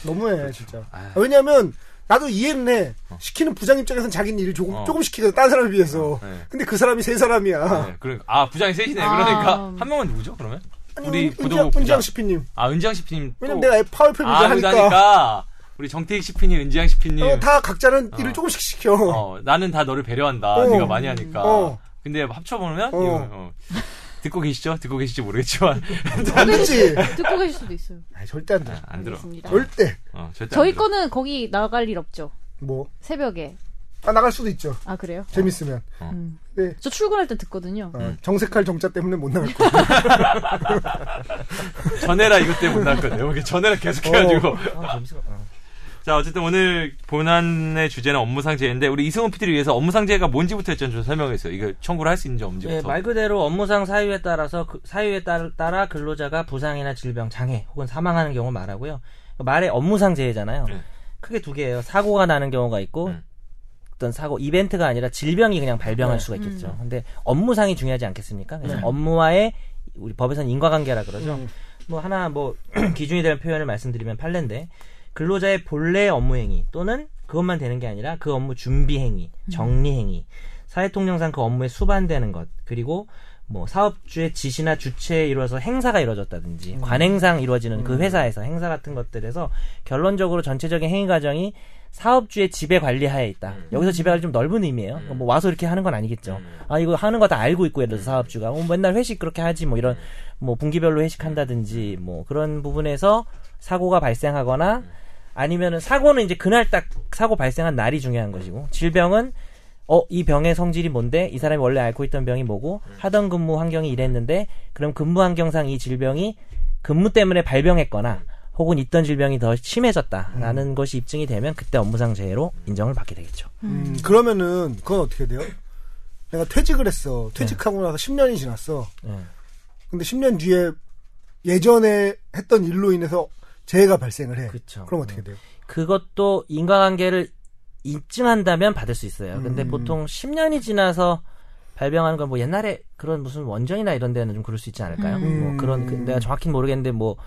S2: 너무해 진짜.
S1: 아.
S2: 왜냐면 나도 이해는 해. 시키는 부장 입장에서는 자기는 일을 조금
S1: 어.
S2: 조금 시키거든 다른 사람에 비해서.
S1: 네.
S2: 근데 그 사람이 세 사람이야.
S1: 네, 그러니까 아 부장이 셋이네. 그러니까
S3: 아.
S1: 한 명은 누구죠? 그러면
S2: 아니,
S1: 우리
S2: 은-
S1: 부도부
S2: 은지양-
S1: 부장.
S2: 은지양 시피님.
S1: 아 은지양 씨피님 또
S2: 왜냐면 내가 파워풀
S1: 아,
S2: 부장 하니까
S1: 그러니까 우리 정태익 씨피님, 은지양 씨피님.
S2: 어, 다 각자는
S1: 어.
S2: 일을 조금씩 시켜. [laughs]
S1: 어, 나는 다 너를 배려한다.
S2: 어.
S1: 네가 많이 하니까.
S2: 어.
S1: 근데 합쳐보면
S2: 어.
S1: 이거, 어. 듣고 계시죠? 듣고 계실지
S3: [laughs]
S1: 모르겠지만
S2: 안 되지.
S3: 듣고 계실 수도 있어요.
S2: 아니, 절대 안 돼.
S1: 안 들어.
S3: 알겠습니다.
S2: 절대.
S1: 어, 절대
S3: 저희
S1: 안 들어.
S3: 거는 거기 나갈 일 없죠.
S2: 뭐.
S3: 새벽에.
S2: 아, 나갈 수도 있죠.
S1: 어.
S3: 아 그래요?
S2: 재밌으면.
S3: 음.
S2: 네.
S3: 저 출근할 때 듣거든요.
S2: 어,
S1: 음.
S2: 정색할 정자 때문에 못 나갈
S1: 그렇죠.
S2: 거야.
S1: 전해라 이것 때문에 못 나갈 거예요. 이렇게 전해라 계속
S2: 어.
S1: 해가지고.
S4: 아, 잠시만. 어.
S1: 자 어쨌든 오늘 본안의 주제는 업무상제인데 우리 이승훈 PD를 위해서 업무상제가 뭔지부터 일단 좀 설명했어요. 이거 청구를 할 수 있는지 없는지부터.
S4: 네, 말 그대로 업무상 사유에 따라서 그- 사유에 따- 따라 근로자가 부상이나 질병, 장애 혹은 사망하는 경우 말하고요. 그 말의 업무상 재해잖아요.
S1: 네.
S4: 크게 두 개예요. 사고가 나는 경우가 있고
S1: 음.
S4: 어떤 사고 이벤트가 아니라 질병이 그냥 발병할
S1: 네.
S4: 수가 있겠죠. 근데 업무상이 중요하지 않겠습니까? 그래서 업무와의 우리 법에서는 인과관계라 그러죠.
S1: 음.
S4: 뭐 하나 뭐 [clears throat] 기준이 될 표현을 말씀드리면 판례인데 근로자의 본래 업무 행위 또는 그것만 되는 게 아니라 그 업무 준비 행위, 정리 행위, 사회통념상 그 업무에 수반되는 것 그리고 뭐 사업주의 지시나 주체에 이루어서 행사가 이루어졌다든지 관행상 이루어지는 그 회사에서 행사 같은 것들에서 결론적으로 전체적인 행위 과정이 사업주의 지배 관리하에 있다. 여기서 지배가 좀 넓은 의미예요. 뭐 와서 이렇게 하는 건 아니겠죠. 아 이거 하는 거 다 알고 있고 예를 들어서 사업주가 어, 맨날 회식 그렇게 하지 뭐 이런 뭐 분기별로 회식한다든지 뭐 그런 부분에서 사고가 발생하거나 아니면은 사고는 이제 그날 딱 사고 발생한 날이 중요한 것이고 질병은 어 이 병의 성질이 뭔데 이 사람이 원래 앓고 있던 병이 뭐고 하던 근무 환경이 이랬는데 그럼 근무 환경상 이 질병이 근무 때문에 발병했거나 혹은 있던 질병이 더 심해졌다라는 것이 입증이 되면 그때 업무상 재해로 인정을 받게 되겠죠.
S2: 음, 그러면은, 그건 어떻게 돼요? 내가 퇴직을 했어. 퇴직하고 나서 10년이 지났어.
S4: 네.
S2: 근데 10년 뒤에 예전에 했던 일로 인해서 재해가 발생을 해.
S4: 그쵸. 네.
S2: 럼 어떻게 돼요?
S4: 그것도 인과관계를 입증한다면 받을 수 있어요.
S3: 음.
S4: 근데 보통 10년이 지나서 발병하는 건 뭐 옛날에 그런 무슨 원전이나 이런 데는 좀 그럴 수 있지 않을까요?
S3: 음.
S4: 뭐 그런 그- 내가 정확히는 모르겠는데 뭐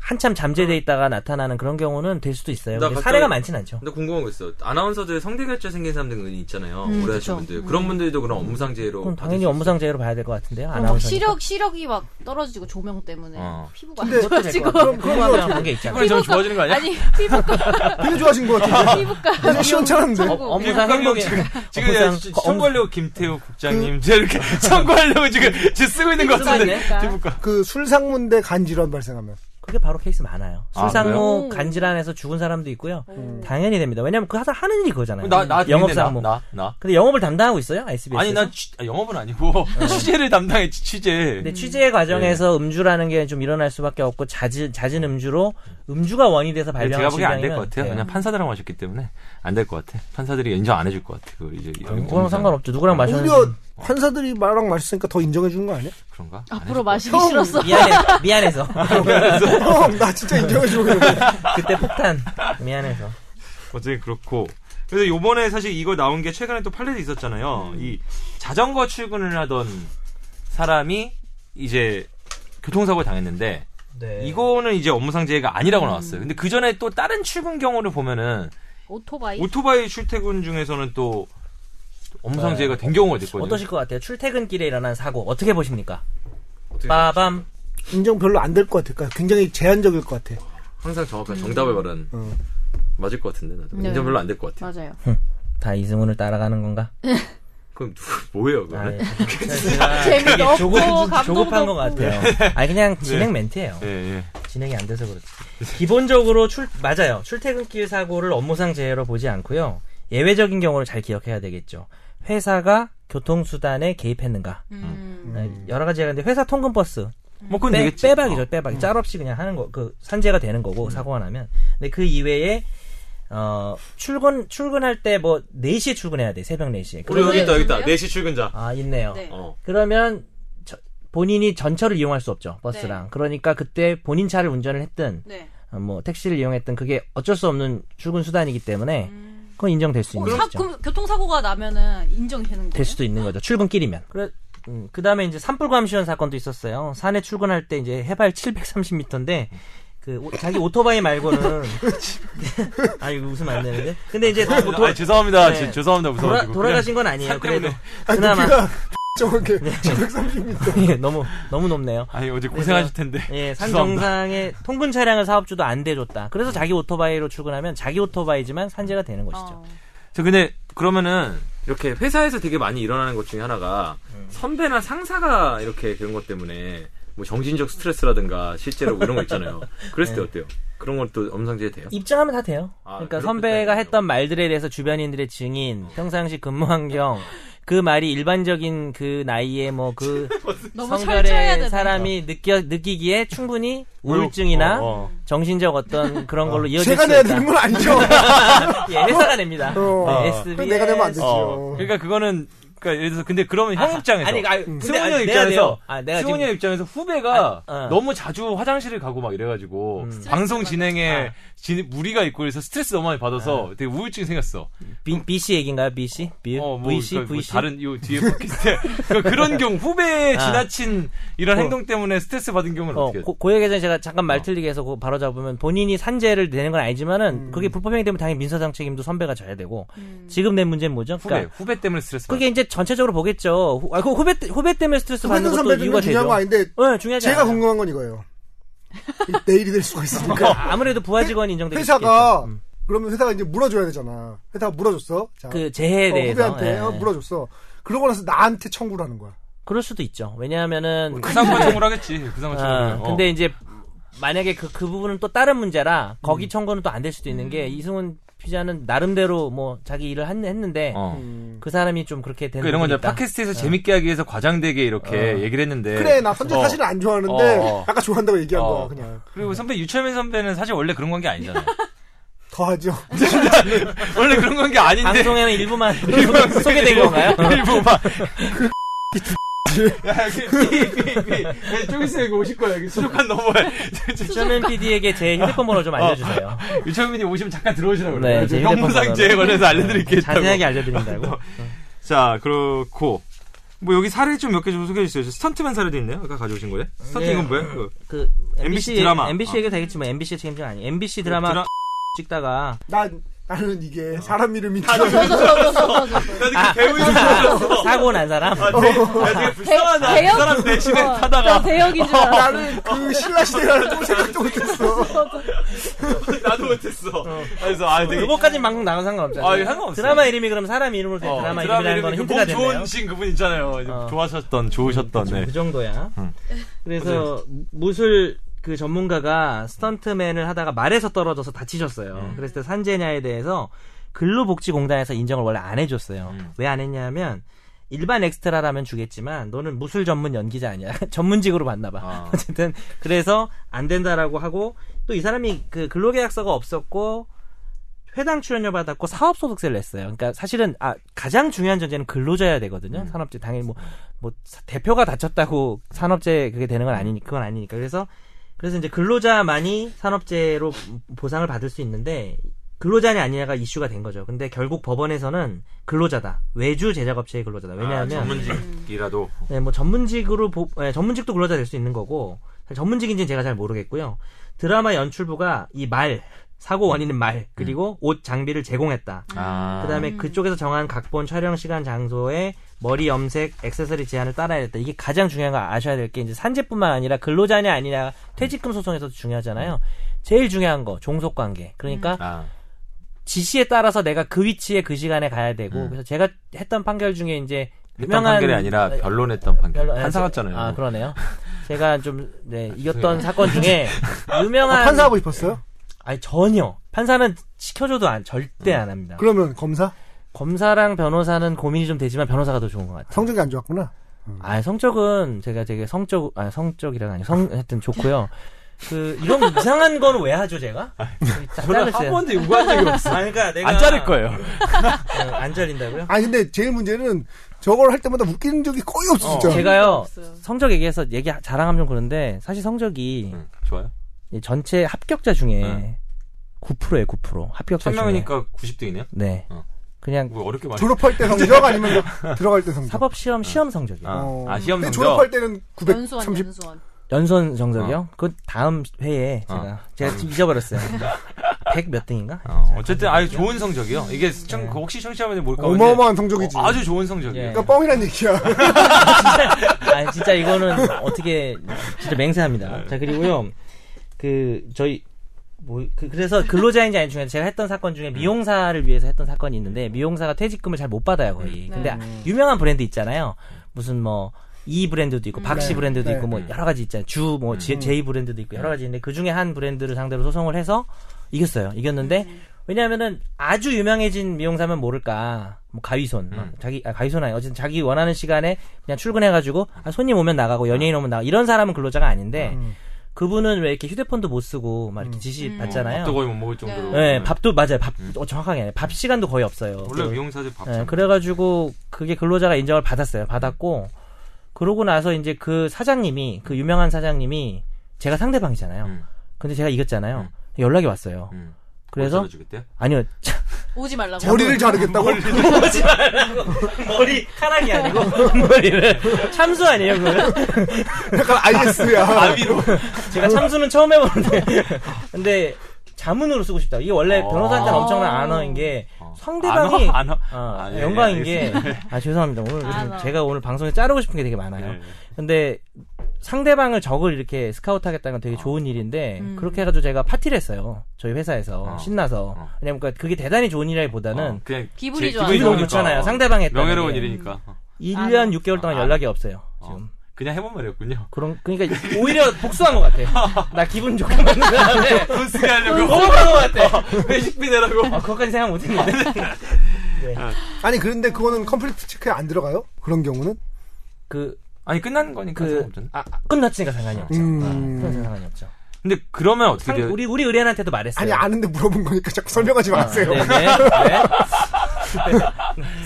S4: 한참 잠재돼 있다가 나타나는 그런 경우는 될 수도 있어요.
S1: 나
S4: 근데
S1: 갑자기-
S4: 사례가 많진 않죠.
S1: 근데 궁금한 거 있어. 아나운서들 성대결절 생긴 사람들 은 있잖아요.
S3: 음,
S1: 오래 하신
S3: 그쵸.
S1: 분들. 그런 분들도 그런 업무상제로.
S4: 그럼
S1: 받을
S4: 당연히
S1: 수 있어요?
S4: 업무상재해로 봐야 될 것 같은데요.
S3: 그럼 막
S4: 아나운서
S3: 시력 시력이 막 떨어지고 조명
S4: 네.
S3: 때문에
S1: 어.
S3: 피부가 안 좋아지고
S4: 그럼 그런 관계 있잖아요.
S1: 피부가 좀 좋아지는 거 아니야?
S3: 아니 피부과
S2: 되게 좋아하신 것 같은데.
S3: 피부과
S2: 되게 시원찮은데.
S4: 어,
S3: 전국
S4: 업무상
S1: 국감용
S4: 행동에
S1: 지금 지금
S4: 업무상- 그-
S1: 시- 청구하려고 김태우 국장님 제
S4: [laughs]
S1: 이렇게 청구하려고 지금 제 쓰고 있는 것 같은데
S3: 쓰고 있네.
S4: 그러니까.
S1: 피부과
S2: 그 술상문대 간질환 발생하면.
S4: 그게 바로 케이스 많아요.
S1: 아,
S4: 술상무
S3: 그래요? 음.
S4: 간질환에서 죽은 사람도 있고요. 당연히 됩니다. 왜냐하면 그 항상 하는 일이 그거잖아요.
S1: 뭐 나나
S4: 영업상무.
S1: 나 나.
S4: 근데 영업을 담당하고 있어요 SBS.
S1: 아니 나 취- 아, 영업은 아니고 [laughs] 취재를 담당했지 취재.
S4: 네. 근데 취재 과정에서
S1: 네.
S4: 음주라는 게 좀 일어날 수밖에 없고 잦은 잦은 음주로 음주가 원이 돼서
S1: 근데
S4: 발병한
S1: 네, 제가 보기엔 안 될
S4: 질병이면,
S1: 것 같아요.
S4: 네.
S1: 그냥 판사들하고 마셨기 때문에 안 될 것 같아. 판사들이 인정 안 해줄 것 같아. 그 이제 이런
S4: 그거랑
S1: 업무상-
S4: 상관없죠. 누구랑 아, 마셨는지
S2: 오히려 환사들이 말랑 마셨으니까 더 인정해 주는 거 아니야?
S1: 그런가? 안 해줄
S3: 앞으로
S1: 것 같아.
S3: 마시기 싫었어.
S4: 미안해 미안해서 [laughs]
S2: [laughs] 형, 어, 나 진짜 인정해 주고 그러고.
S4: 그때 폭탄 미안해서
S1: 어쨌든 그렇고. 그래서 요번에 사실 이거 나온 게 최근에 또 판례도 있었잖아요. 이 자전거 출근을 하던 사람이 이제 교통사고 를 당했는데 네. 이거는 이제 업무상재해가 아니라고 나왔어요. 근데 그 전에 또 다른 출근 경우를 보면은
S3: 오토바이.
S1: 오토바이 출퇴근 중에서는 또 업무상재해가 된 경우가 됐거든요.
S4: 어떠실 것 같아요? 출퇴근길에 일어난 사고 어떻게 보십니까?
S1: 어떻게
S4: 빠밤
S2: 인정 별로 안 될 것 같아. 그러니까 굉장히 제한적일 것 같아.
S1: 항상 정확한 정답을 말하는
S2: 어.
S1: 맞을 것 같은데 나도
S3: 음. 네.
S1: 인정 별로 안 될 것 같아.
S3: 맞아요.
S4: 다 이승훈을 따라가는 건가?
S1: 그럼 누, 뭐예요 그거?
S4: 아,
S1: [laughs] 는
S3: 재미도 없고
S4: 조급
S3: 감동도
S4: 조급한 것
S3: 없고.
S4: 같아요. 아니 그냥 진행 멘트예요.
S1: 예 예.
S4: 진행이 안 돼서 그렇지. 기본적으로 출 맞아요. 출퇴근길 사고를 업무상 재해로 보지 않고요. 예외적인 경우를 잘 기억해야 되겠죠. 회사가 교통수단에 개입했는가.
S3: 음.
S4: 여러 가지가 있는데 회사 통근버스
S1: 뭐 그건
S4: 빼,
S1: 되겠지.
S4: 빼박이죠 빼박 짤 없이 그냥 하는 거 그 산재가 되는 거고 사고가 나면 근데 그 이외에 어, 출근, 출근할 때 뭐, 4시에 출근해야 돼, 새벽 4시에.
S1: 우리 여기 있다, 여기 있다.
S3: 그러네요?
S1: 4시 출근자.
S4: 아, 있네요.
S3: 네.
S1: 어.
S4: 그러면, 저- 본인이 전철을 이용할 수 없죠, 버스랑. 그러니까 그때 본인 차를 운전을 했든,
S3: 네.
S4: 어, 뭐, 택시를 이용했든, 그게 어쩔 수 없는 출근 수단이기 때문에, 그건 인정될 수
S3: 어,
S4: 있는
S3: 사-
S4: 거죠.
S3: 그럼 교통사고가 나면은 인정되는 거예요?
S4: 될 수도 있는 거죠. 출근길이면. 그래, 음, 그 다음에 이제 산불감시원 사건도 있었어요. 산에 출근할 때 이제 해발 730m인데, 그, 오- 자기 오토바이
S1: [laughs]
S4: 말고는. 아니, 이거 웃으면 안 되는데. 근데 이제 또 오토,
S1: 아, 죄송합니다.
S4: 네.
S1: 지- 죄송합니다.
S4: 돌아,
S1: 무서워가지고.
S4: 돌아가신 건 아니에요. 그래도.
S2: 아니,
S4: 그나마. 네.
S2: 높이가 [laughs] 저렇게 730m.
S4: [laughs] 예, 너무, 너무 높네요.
S1: 그냥- 아니, 어제 고생하실 텐데.
S4: 예, 산
S1: 죄송합니다.
S4: 정상에 통근 차량을 사업주도 안 대줬다. 그래서 자기 오토바이로 출근하면 자기 오토바이지만 산재가 되는 것이죠.
S3: 어.
S1: 저 근데 그러면은 이렇게 회사에서 되게 많이 일어나는 것 중에 하나가
S4: 음.
S1: 선배나 상사가 이렇게 그런 것 때문에 뭐 정신적 스트레스라든가 실제로 뭐 이런 거 있잖아요. 그랬을 때 어때요? 그런 건 또 엄상제 돼요?
S4: 입증하면 다 돼요.
S1: 아, 어.
S4: 그러니까
S1: 그렇기
S4: 선배가
S1: 때문에요.
S4: 했던 말들에 대해서 주변인들의 증인, 평상시 근무 환경, 그 말이 일반적인 그 나이에 뭐 그
S3: [laughs] 너무 철저해야 되네.
S4: 성별의 사람이 느껴 느끼기에 충분히 우울증이나
S1: 어, 어. [laughs]
S4: 정신적 어떤 그런 걸로 이어질 수
S2: 제가 내야
S4: 있다. 네.
S2: 되는 건 아니죠.
S4: 예, 회사가 냅니다.
S2: 어.
S4: 네,
S2: 그럼 내가 내면 안
S4: SBS.
S2: 되죠.
S1: 어. 그러니까 그거는 그러니까 예를 들어서 근데 그러면 형 입장에서 음.
S4: 아니, 아니, 근데
S1: 승훈이
S4: 아니,
S1: 형
S4: 내야
S1: 입장에서
S4: 돼요. 아, 내가
S1: 승훈이
S4: 지금-
S1: 형 입장에서 후배가
S4: 아, 어. 음.
S1: 너무 자주 화장실을 가고 막 이래가지고 방송
S4: 아.
S1: 진행에 진- 무리가 있고 그래서 스트레스 너무 많이 받아서 되게 우울증이 생겼어.
S4: B, BC 얘기인가요? BC? B,
S1: 어, 뭐,
S4: VC?
S1: 그러니까 뭐
S4: VC?
S1: 다른 요 뒤에 팟캐스트 [laughs] 그
S4: [laughs]
S1: 그런 경우 후배의
S4: 아.
S1: 지나친 이런
S4: 어.
S1: 행동 때문에 스트레스 받은 경우는
S4: 어,
S1: 어떻게 해요?
S4: 고, 고액에 전에 제가
S2: 어.
S4: 잠깐 말 틀리게 해서 그거 바로 잡으면 본인이 산재를 내는 건 아니지만은
S2: 음.
S4: 그게 불법행위 되면 당연히 민사상 책임도 선배가 져야 되고 지금 낸 문제는 뭐죠?
S1: 후배
S4: 그러니까
S1: 후배 때문에 스트레스 받
S4: 그게 이제 전체적으로 보겠죠. 후, 아, 그 후배 때- 후배 때문에 스트레스 받는
S2: 후배든
S4: 것도
S2: 선배든
S4: 이유가
S2: 중요한
S4: 되죠.
S2: 거 아닌데
S4: 네, 중요하지
S2: 제가
S4: 않아요.
S2: 궁금한 건 이거예요. 내일이 될 수가 있으니까.
S4: [laughs] 아, 아무래도 부하 직원이 인정되기
S2: 회사가
S4: 쉽겠죠. 음.
S2: 그러면 회사가 이제 물어줘야 되잖아. 회사가 물어줬어. 자,
S4: 그 재해에
S2: 어,
S4: 대해서
S2: 후배한테
S4: 예.
S2: 어, 물어줬어. 그러고 나서 나한테 청구를 하는 거야.
S4: 그럴 수도 있죠.
S2: 어,
S4: 왜냐하면은
S1: 그 상관 청구를 하겠지. 그 상관 청구를.
S4: 아,
S1: 어.
S4: 근데 이제 만약에 그, 그 부분은 또 다른 문제라
S2: 음.
S4: 거기 청구는 또 안 될 수도 있는 게 이승훈 피자는 나름대로 뭐 자기 일을 한- 했는데
S1: 어.
S4: 그 사람이 좀 그렇게 되는
S1: 그러니까 이런 건 이제
S4: 분이 있다. 아.
S1: 팟캐스트에서 재밌게 하기 위해서 과장되게 이렇게
S4: 어.
S1: 얘기를 했는데
S2: 그래 나 선재
S1: 어.
S2: 사실은 안 좋아하는데
S1: 어.
S2: 아까 좋아한다고 얘기한
S1: 어.
S2: 거야 그냥.
S1: 그리고 선배 유철민 선배는 사실 원래 그런 건 게
S4: [laughs]
S1: 아니잖아요. [laughs]
S2: 더하죠.
S1: 원래 그런 건 게 아닌데
S4: 방송에는
S1: [laughs]
S4: 일부만 소- 소개된 건가요?
S1: 일부만
S4: 그
S1: [laughs] 좀 있으면 이거 오실 거야 여기 수족관 넘어야
S4: 저는 PD에게 제 휴대폰 번호 좀 알려주세요.
S1: [laughs] 유철민이 오시면 잠깐 들어오시라고 그래요
S4: 네, 제
S1: 어.
S4: 휴대폰
S1: 형무상제에
S4: 번호를.
S1: 관해서 알려드리겠다고
S4: 자세하게 알려드린다고.
S1: [laughs] 자 그렇고 뭐 여기 사례 좀 몇 개 좀 소개해 주세요 스턴트맨 사례도 있네요 아까 가져오신 거예요 스턴트
S4: 네.
S1: 이건 뭐예요 그거.
S4: 그
S1: MBC
S4: MBC
S1: 드라마. 그
S4: MBC 얘기 되겠지만 MBC 책임자 아니 MBC 드라마
S1: 드라-
S4: [laughs] 찍다가
S2: 난 나는 이게 사람 이름이
S3: [laughs] [laughs] 저, 저, 저, 저, 저, 저, 저.
S1: 나 되게 배우 이름 알았어
S4: 사고 난 사람
S1: 아, 네. 되게, 되게 불쌍하다 그
S3: 대역-
S1: 사람 대신에
S3: 어, 음.
S1: 타다가
S3: 저 대역인 줄 알았어.
S2: 나는 그 신라 시대라는 또 생각도 못했어.
S1: 나도 못했어 그래서 아 되게
S4: 그거까지 방송 나온 상관없잖아요.
S1: 아, 이거 상관없어요.
S4: 드라마 이름이 그럼 사람 이름으로 된
S1: 어,
S4: 네, 드라마 이름이라는 건
S1: 이름이
S4: 힌트가
S1: 몸
S4: 됐네요.
S1: 좋으신 그분 있잖아요.
S4: 어.
S1: 좋아하셨던, 좋으셨던. 네.
S4: 그 정도야.
S1: 음.
S4: 그래서 무술 그 전문가가 스턴트맨을 하다가 말에서 떨어져서 다치셨어요.
S1: 음.
S4: 그랬을 때 산재냐에 대해서 근로복지공단에서 인정을 원래 안 해줬어요.
S1: 음.
S4: 왜 안 했냐면 일반 엑스트라라면 주겠지만 너는 무술 전문 연기자 아니야. [laughs] 전문직으로 봤나 봐.
S1: 아.
S4: [laughs] 어쨌든 그래서 안 된다라고 하고 또 이 사람이 그 근로계약서가 없었고 회당 출연료 받았고 사업소득세를 냈어요. 그러니까 사실은 아 가장 중요한 전제는 근로자여야 되거든요. 산업재 당연히 뭐 뭐 대표가 다쳤다고 산업재 그게 되는 건 아니니 그건 아니니까 그래서 그래서 이제 근로자만이 산업재로 보상을 받을 수 있는데 근로자냐 아니냐가 이슈가 된 거죠. 근데 결국 법원에서는 근로자다. 외주 제작업체의 근로자다.
S1: 아,
S4: 왜냐하면
S1: 전문직이라도.
S4: 네, 뭐 전문직으로 보, 네, 전문직도 근로자 될 수 있는 거고 사실 전문직인지는 제가 잘 모르겠고요. 드라마 연출부가 이 말 사고 원인은 말 그리고 옷 장비를 제공했다.
S1: 아.
S4: 그다음에 그쪽에서 정한 각본 촬영 시간 장소에 머리 염색 액세서리 제한을 따라야 됐다. 이게 가장 중요한 거 아셔야 될 게 이제 산재뿐만 아니라 근로자냐 아니냐 퇴직금 소송에서도 중요하잖아요. 제일 중요한 거 종속 관계. 그러니까
S1: 아.
S4: 지시에 따라서 내가 그 위치에 그 시간에 가야 되고 그래서 제가 했던 판결 중에 이제
S1: 했던 판결이 아니라 변론했던 판결.
S4: 별로-
S1: 판사
S4: 아,
S1: 같잖아요.
S4: 네. 아 그러네요. 제가 좀 네, 이겼던 사건 중에 유명한
S2: 아, 판사하고 싶었어요?
S4: 아니 전혀 판사는 시켜줘도 안 절대 안 합니다.
S2: 그러면 검사
S4: 검사랑 변호사는 고민이 좀 되지만 변호사가 더 좋은 것 같아요.
S2: 성적이 안 좋았구나.
S4: 아 성적은 제가 되게 성적 아 성적이랑 아니 성 하여튼 좋고요. 그 이런 이상한 건 왜 하죠 제가? 다
S7: 저는 한
S4: 잘랐어요.
S7: 번도 요구한 적이 없어.
S4: 아, 그러니까 내가
S7: 안 자를 거예요.
S4: 어, 안 잘린다고요?
S2: 아니 근데 제일 문제는 저걸 할 때마다 웃기는 적이 거의 없어 진짜.
S4: 제가요
S3: 없어요.
S4: 성적 얘기해서 얘기 자랑하면 좀 그런데 사실 성적이
S1: 음, 좋아요.
S4: 이 전체 합격자 중에
S1: 네.
S4: 9%예요 9% 합격자
S1: 천
S4: 중에
S1: 명이니까 90등이네요.
S4: 네
S1: 어.
S4: 그냥
S1: 뭐 어렵게 많이.
S2: 졸업할 때 성적 아니면 뭐 들어갈 때 성적.
S4: 사법 시험 시험 성적이요.
S1: 아,
S2: 어.
S1: 아, 시험
S2: 근데
S1: 성적.
S2: 졸업할 때는
S3: 연수원
S2: 930.
S3: 연수원.
S4: 연선 성적이요?
S2: 어.
S4: 그건 다음 회에 제가 제가 지금 잊어버렸어요.
S2: 아.
S4: 100 몇 등인가?
S1: 어, 어쨌든 아주 좋은 성적이요. 이게 시청
S4: 네.
S1: 혹시 청취자분들 몰까 하는데
S2: 어마어마한 성적이지.
S1: 어, 아주 좋은 성적이에요.
S4: 예.
S2: 그러니까 뻥이란 얘기야.
S4: [laughs] 아 진짜 이거는 어떻게 진짜 맹세합니다. 자 그리고요 그 저희 뭐 그, 래서 근로자인지 아닌지 중에 제가 했던 사건 중에 미용사를 위해서 했던 사건이 있는데 미용사가 퇴직금을 잘 못 받아요
S3: 네.
S4: 거의. 근데 유명한 브랜드 있잖아요. 무슨 뭐. 이 브랜드도 있고 박씨
S2: 네.
S4: 브랜드도
S2: 네.
S4: 있고 뭐 여러 가지 있잖아요. 주 뭐 제이 브랜드도 있고 여러 가지 있는데 그 중에 한 브랜드를 상대로 소송을 해서 이겼어요. 이겼는데 왜냐하면은 아주 유명해진 미용사면 모를까. 뭐 가위손 막 자기 아, 가위손 아니 어쨌든 자기 원하는 시간에 그냥 출근해가지고 아, 손님 오면 나가고 연예인 오면 나가 고 이런 사람은 근로자가 아닌데
S2: 음.
S4: 그분은 왜 이렇게 휴대폰도 못 쓰고 막 이렇게 지시
S3: 음.
S4: 받잖아요.
S1: 어, 밥도 거의 못 먹을 정도로. 음.
S4: 네, 밥도 맞아요. 밥 어, 정확하게 아니에요. 밥 시간도 거의 없어요.
S2: 네.
S1: 원래 미용사들 밥.
S4: 예,
S1: 참-
S4: 그래가지고 그게 근로자가 인정을 받았어요. 받았고 그러고 나서 이제 그 사장님이 그 유명한 사장님이 제가 상대방이잖아요.
S1: 음.
S4: 근데 제가 이겼잖아요.
S1: 음.
S4: 연락이 왔어요.
S1: 음.
S4: 그래서
S1: 주겠대요?
S4: 아니요
S3: 오지 말라고.
S2: 머리를 자르겠다고?
S4: 머리 말고 머리 카락이 아니고 [laughs] 머리를 [laughs] 참수 아니에요 그
S2: [laughs] 약간 IS야.
S1: [laughs] 아비로.
S4: 제가 참수는 처음 해보는데 [laughs] 근데 자문으로 쓰고 싶다. 이게 원래 변호사한테 는
S3: 어.
S4: 엄청난 안어인 게
S1: 어.
S4: [laughs] 상대방이
S1: 안 와- 안 와-
S4: 어,
S1: 아, 예,
S4: 영광인
S1: 예,
S4: 게 아 죄송합니다 오늘
S3: 아,
S4: 요즘
S3: 나-
S4: 제가 오늘 방송에 자르고 싶은 게 되게 많아요.
S1: 예.
S4: 근데 상대방을 적을 이렇게 스카우트하겠다는 건
S1: 어.
S4: 되게 좋은 일인데
S3: 음.
S4: 그렇게 해가지고 제가 파티를 했어요 저희 회사에서
S1: 어.
S4: 신나서
S1: 어.
S4: 왜냐면 그러니까 그게 대단히 좋은 일이라기보다는
S1: 어, 그냥
S3: 기분이
S1: 제-
S3: 좋아요.
S4: 기분이 너무
S1: 좋으니까.
S4: 좋잖아요
S1: 어.
S4: 상대방에 했다는
S1: 명예로운
S4: 게.
S1: 일이니까. 어.
S4: 1년
S3: 아.
S4: 6개월 동안
S1: 아.
S4: 연락이 없어요
S1: 어.
S4: 지금
S1: 그냥 해본 말이었군요.
S4: 그런 그러니까 오히려 복수한 것
S1: [laughs]
S4: 같아요 나 기분 좋게 만든 사람에
S1: 돈 쓰게 하려고.
S4: 어? 복수한 것 같아
S1: [laughs] 회식비 내라고.
S4: 아, 그것까지 생각 못했는데
S2: 아니 그런데 그거는 컴플리트 체크에 안 들어가요? 그런 경우는?
S4: 그
S1: 아니 끝난 거니까
S4: 그-
S1: 상관없잖아.
S4: 아, 아, 끝났으니까 상관이 없죠 아,
S2: 음.
S4: 끝났으니까 상관이 없죠
S1: 근데 그러면 어떻게
S4: 상-
S1: 돼요?
S4: 우리 우리 의뢰인한테도 말했어요
S2: 아니 아는데 물어본 거니까 자꾸 설명하지 마세요.
S4: 네, 네, 네.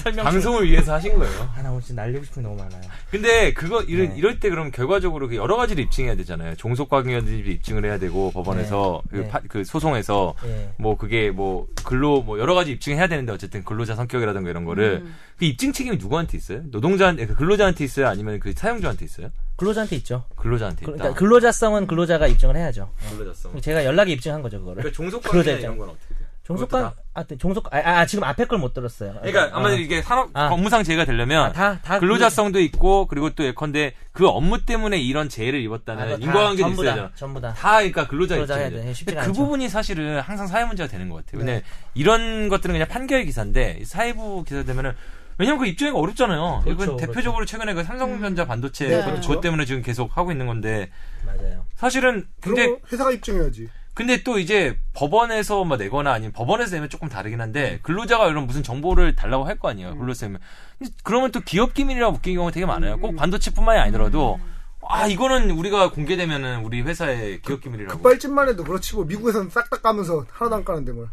S4: 설명 좀-
S1: 방송을 위해서 하신 거예요.
S4: 하나 오늘 진짜 날리고 싶은 게 너무 많아요.
S1: 근데 그거 이럴,
S4: 네.
S1: 이럴 때 그럼 결과적으로 그 여러 가지를 입증해야 되잖아요. 종속과학위원들도 입증을 해야 되고 법원에서
S4: 네.
S1: 그,
S4: 네.
S1: 파- 그 소송에서
S4: 예.
S1: 뭐 그게 뭐 근로 뭐 여러 가지 입증해야 되는데 어쨌든 근로자 성격이라든가 이런 거를
S4: 음.
S1: 그 입증 책임이 누구한테 있어요? 노동자 그 근로자한테 있어요? 아니면 그 사용자한테 있어요?
S4: 근로자한테 있죠.
S1: 근로자한테 있다.
S4: 그러니까 근로자성은 근로자가 입증을 해야죠.
S1: 근로자성.
S4: 제가 연락에 입증한 거죠 그거를. [laughs]
S1: 그러니까 종속과학
S4: 근로자
S1: 이런 건 어떻게 돼요?
S4: 종속관
S1: 그것도
S4: 아, 네, 종속 아, 아, 아, 지금 앞에 걸 못 들었어요.
S1: 그러니까 아마 이게 산업
S4: 아.
S1: 업무상 제가 되려면
S4: 다다 그러니까.
S1: 근로자성도 있고 그리고 또 예컨대 그 업무 때문에 이런 재해를 입었다는 인과관계도
S4: 아, 전부
S1: 있어야 되잖아.
S4: 다 전부 다.
S1: 다 그러니까 근로자
S4: 근로자 해야
S1: 입장이죠.
S4: 돼. 네, 쉽지가
S1: 근데 그
S4: 않죠. 네.
S1: 부분이 사실은 항상 사회 문제가 되는 것 같아요. 근데 이런 것들은 그냥 판결 기사인데 이 사회부 기사 되면은 왜냐면 그 입증이 어렵잖아요.
S4: 그렇죠,
S1: 이건
S4: 그렇죠.
S1: 대표적으로 최근에 그 삼성전자 반도체
S3: 네.
S1: 그것 때문에 지금 계속 하고 있는 건데
S4: 맞아요.
S1: 사실은 근데
S2: 그런 거 회사가 입증해야지.
S1: 근데 또 이제 법원에서 막 내거나 아니면 법원에서 내면 조금 다르긴 한데 근로자가 이런 무슨 정보를 달라고 할 거 아니에요 근로자면 그러면 또 기업 기밀이라고 묶인 경우가 되게 많아요 꼭 반도체뿐만이 아니더라도 아 이거는 우리가 공개되면은 우리 회사의 기업 기밀이라고
S2: 급발진만 해도 그렇지 뭐 미국에서는 싹 다 까면서 하나도 안 까는데 뭘.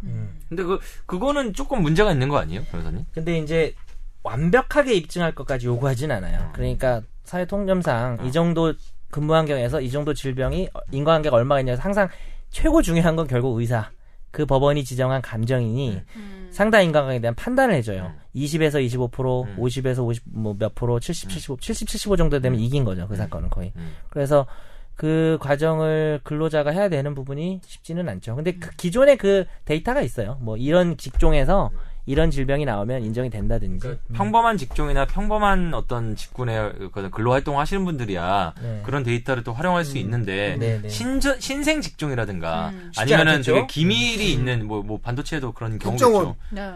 S1: 근데 그 그거는 조금 문제가 있는 거 아니에요 변호사님
S4: 근데 이제 완벽하게 입증할 것까지 요구하진
S1: 음.
S4: 않아요. 그러니까 사회 통념상 이 정도 근무 환경에서 이 정도 질병이 어, 인과관계가 얼마가 있냐 항상 최고 중요한 건 결국 의사 그 법원이 지정한
S1: 음.
S4: 감정인이 상당 인과관계에 대한 판단을 해줘요. 20에서 25%,
S1: 음.
S4: 50에서 50뭐몇 프로, 70, 75, 70, 75 정도 되면 이긴 거죠. 그 사건은 거의.
S1: 음.
S4: 그래서 그 과정을 근로자가 해야 되는 부분이 쉽지는 않죠. 근데
S1: 음.
S4: 그 기존에 그 데이터가 있어요. 뭐 이런
S1: 음.
S4: 직종에서 이런 질병이 나오면 인정이 된다든지.
S1: 그러니까 평범한 직종이나 평범한 어떤 직군에 그, 근로 활동 하시는 분들이야
S4: 네.
S1: 그런 데이터를 또 활용할 수 있는데
S4: 네, 네.
S1: 신저, 신생 직종이라든가
S4: 쉽지
S1: 아니면은
S4: 않겠죠? 음.
S1: 되게 기밀이 있는 뭐, 뭐 반도체에도 그런 경우가
S2: 국정원.
S1: 있죠.
S3: 네.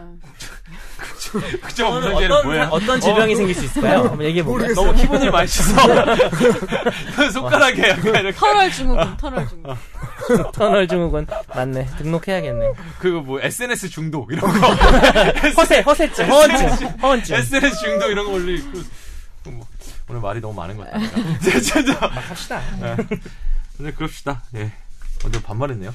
S1: 그죠?
S4: 어떤 어떤 질병이 생길 수 있을까요? 한번 얘기해 볼까요?
S2: 모르겠어요.
S1: 너무
S4: [laughs]
S1: 기분이 맛있어.
S4: 네.
S1: [laughs] 손가락에 약간 이렇게.
S3: 터널 증후군, 터널
S4: [laughs]
S3: 증후군.
S4: 터널 증후군 맞네. 등록해야겠네.
S1: 그거 뭐 SNS 중독 이런 거.
S4: 허세, 허세증,
S1: 어,
S4: 허언증, 허언증.
S1: SNS 중독 이런 거 원래 있고. 뭐,
S4: 아.
S1: [laughs] 오늘 말이 너무 많은 것 같다. 진짜.
S4: 합시다.
S1: 근데 그럽시다. 네. 예. 어, 너 반말했네요.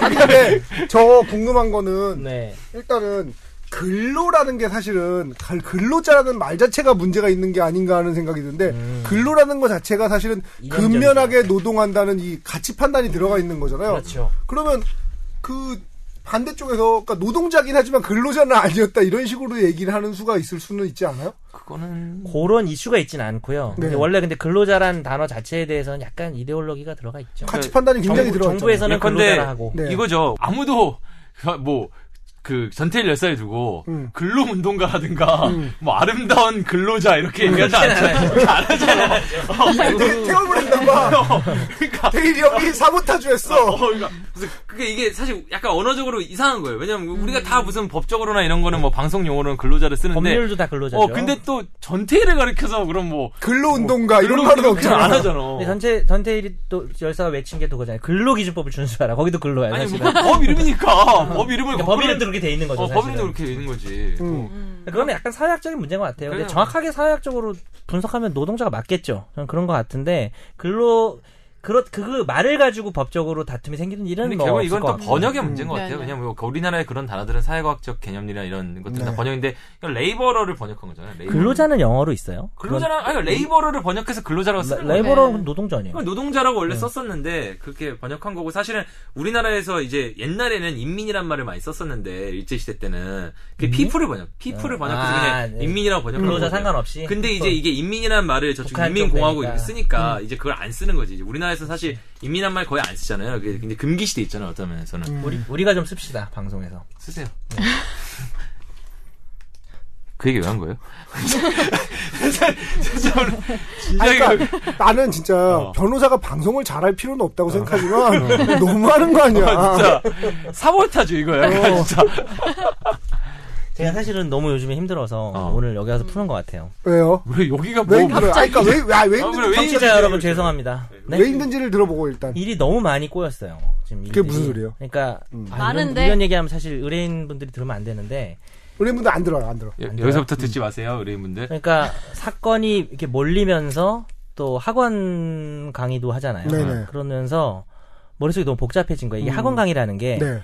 S2: 아니 근데 저 궁금한 거는
S4: 네.
S2: 일단은 근로라는 게 사실은 갈- 근로자라는 말 자체가 문제가 있는 게 아닌가 하는 생각이 드는데
S4: 음.
S2: 근로라는 것 자체가 사실은
S4: 이념적이죠.
S2: 근면하게 노동한다는 이 가치 판단이 들어가 있는 거잖아요.
S4: 음. 그렇죠.
S2: 그러면그 반대쪽에서 그러니까 노동자긴 하지만 근로자는 아니었다 이런 식으로 얘기를 하는 수가 있을 수는 있지 않아요?
S1: 그거는
S4: 그런 이슈가 있진 않고요.
S2: 네.
S4: 근데 원래 근데 근로자란 단어 자체에 대해서는 약간 이데올로기가 들어가 있죠.
S2: 가치 판단이 굉장히 들어가 있잖아요.
S4: 그 정부에서는
S1: 예컨대-
S4: 근로자라 하고
S2: 네.
S1: 이거죠. 아무도 뭐 그 전태일 열사에 두고
S2: 음.
S1: 근로운동가라든가 뭐 아름다운 근로자 이렇게 얘기하지 [laughs] 않잖아요. 안
S4: [laughs]
S1: 하잖아요. 어,
S2: [laughs]
S4: 그
S2: 태- 태워버린다 봐.
S1: 그러니까
S2: 데일이 형이 사보타주했어.
S1: 어, 그러니까 그래서 그게 이게 사실 약간 언어적으로 이상한 거예요. 왜냐면 우리가 다 무슨 법적으로나 이런 거는 뭐 방송 용어로는 근로자를 쓰는데
S4: 음. 법률도 다 근로자죠.
S1: 어 근데 또 전태일을 가리켜서 그럼 뭐
S2: 근로운동가 이런 말은 없잖아.
S1: 안 하잖아.
S4: 근데 네, 전체 전태일이 또 열사가 외친 게 또 그잖아요. 근로기준법을 준수하라. 거기도 근로야
S1: 아니
S4: 사실은.
S1: 뭐 법 이름이니까 법 이름을
S4: 그러니까 법이름도 그렇게 돼 있는 거죠.
S1: 어, 법
S4: 사실은.
S1: 이름도 그렇게 되는 거지.
S2: 음.
S4: 그건 약간 사회학적인 문제인 것 같아요. 근데
S1: 그래요.
S4: 정확하게 사회학적으로 분석하면 노동자가 맞겠죠. 저는 그런 것 같은데 근로 그렇 그 말을 가지고 법적으로 다툼이 생기는 일은
S1: 근데
S4: 뭐
S1: 결국
S4: 없을
S1: 이건
S4: 것
S1: 또
S4: 같고.
S1: 번역의 문제인 것 같아요.
S3: 네, 네.
S1: 왜냐면 뭐 우리나라의 그런 단어들은 사회과학적 개념이나 이런 것들 다
S2: 네.
S1: 번역인데 그러니까 레이버러를 번역한 거잖아요. 레이버.
S4: 근로자는 영어로 있어요.
S1: 근로자랑 아니 그러니까 레이버러를 번역해서 근로자라고 쓰는
S4: 그건
S1: 거예요.
S4: 레이버로
S3: 네.
S4: 노동자 아니에요.
S1: 그건 어, 노동자라고 원래
S4: 네.
S1: 썼었는데 그렇게 번역한 거고 사실은 우리나라에서 이제 옛날에는 인민이란 말을 많이 썼었는데 일제 시대 때는 그
S4: 인민?
S1: 피플을 번역 피플을
S4: 어.
S1: 번역해서
S4: 아,
S1: 그냥
S4: 네.
S1: 인민이라고 번역한
S4: 근로자
S1: 거거든요.
S4: 상관없이.
S1: 근데 이제 이게 인민이라는 말을 저쪽
S4: 북한
S1: 인민공화국
S4: 쪽
S1: 이렇게
S4: 되니까. 음.
S1: 쓰니까 이제 그걸 안 쓰는 거지. 이제 우리나라에서 사실 인민한 말 거의 안 쓰잖아요. 그게 근데 금기 시대 있잖아요. 어떤 면에서는
S4: 우리 우리가 좀 씁시다 방송에서.
S1: 쓰세요.
S4: 네.
S1: [laughs] 그 얘기 왜 한
S4: [laughs]
S1: 거예요? [laughs] 진짜로
S2: 아니,
S1: 진작에
S2: 그러니까 나는 진짜
S1: 어.
S2: 변호사가 방송을 잘할 필요는 없다고 생각하지만 너무 하는 거 아니야.
S1: 진짜 사월타죠 이거 약간
S4: 어.
S1: 진짜.
S4: 제가 사실은 너무 요즘에 힘들어서
S1: 어.
S4: 오늘 여기 와서 푸는 것 같아요.
S2: 왜요?
S1: 왜 여기가 뭐
S2: 왜 힘들어요? 아니, 그러니까 왜, 아, 왜
S1: 아,
S2: 힘든지
S1: 그래, 왜
S4: 청취자 여러분 죄송합니다. 네?
S2: 왜 힘든지를 들어보고 일단.
S4: 일이 너무 많이 꼬였어요. 지금
S2: 그게
S4: 일들이.
S2: 무슨 소리예요?
S4: 그러니까 아,
S3: 많은데?
S4: 이런, 이런 얘기하면 사실 의뢰인 분들이 들으면 안 되는데
S2: 우리 분들 안 들어요, 음. 네. 안 들어.
S1: 예, 여- 여기서부터 듣지 마세요, 의뢰인분들.
S4: 그러니까 사건이 이렇게 몰리면서 또 학원 강의도 하잖아요.
S2: 네네.
S4: 그러면서 머릿속이 너무 복잡해진 거예요. 이게
S2: 음.
S4: 학원 강의라는 게
S2: 네.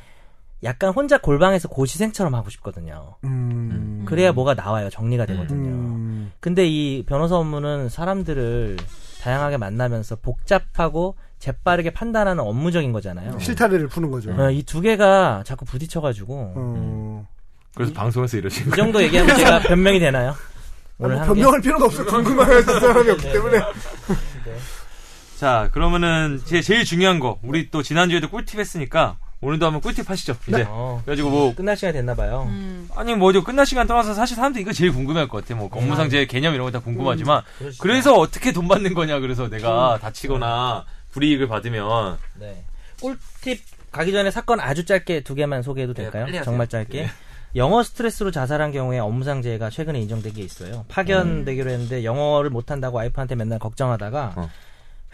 S4: 약간 혼자 골방에서 고시생처럼 하고 싶거든요.
S2: 음.
S4: 그래야 뭐가 나와요. 정리가 되거든요.
S2: 음.
S4: 근데 이 변호사 업무는 사람들을 다양하게 만나면서 복잡하고 재빠르게 판단하는 업무적인 거잖아요.
S2: 음. 실타래를 푸는 거죠.
S4: 어. 이 두 개가 자꾸 부딪혀가지고
S2: 어.
S1: 그래서 방송에서 이러신
S4: 이
S1: 거예요.
S4: 정도 얘기하면 제가 변명이 되나요? 오늘
S2: 뭐
S4: 한 게?
S2: 변명할 필요는 없어. 궁금해하는 사람이 없기 때문에.
S1: 자, 그러면은 제 제일 중요한 거. 우리 또 지난주에도 꿀팁 했으니까 오늘도 한번 꿀팁 하시죠.
S2: 네.
S1: 이제.
S4: 어,
S1: 그래가지고 뭐
S4: 끝날 시간이 됐나 봐요.
S3: 음.
S1: 아니 뭐 이제 끝날 시간 떠나서 사실 사람들이 이거 제일 궁금할 것 같아. 뭐
S2: 음.
S1: 업무상제 개념 이런 거 다 궁금하지만
S4: 그러시죠.
S1: 그래서 어떻게 돈 받는 거냐. 그래서 내가 다치거나 불이익을 받으면
S4: 네. 꿀팁 가기 전에 사건 아주 짧게 두 개만 소개해도
S1: 네,
S4: 될까요?
S1: 빨리 하세요.
S4: 정말 짧게. 영어 스트레스로 자살한 경우에 업무상재해가 최근에 인정된 게 있어요. 파견되기로 했는데 영어를 못한다고 와이프한테 맨날 걱정하다가
S1: 음. 어.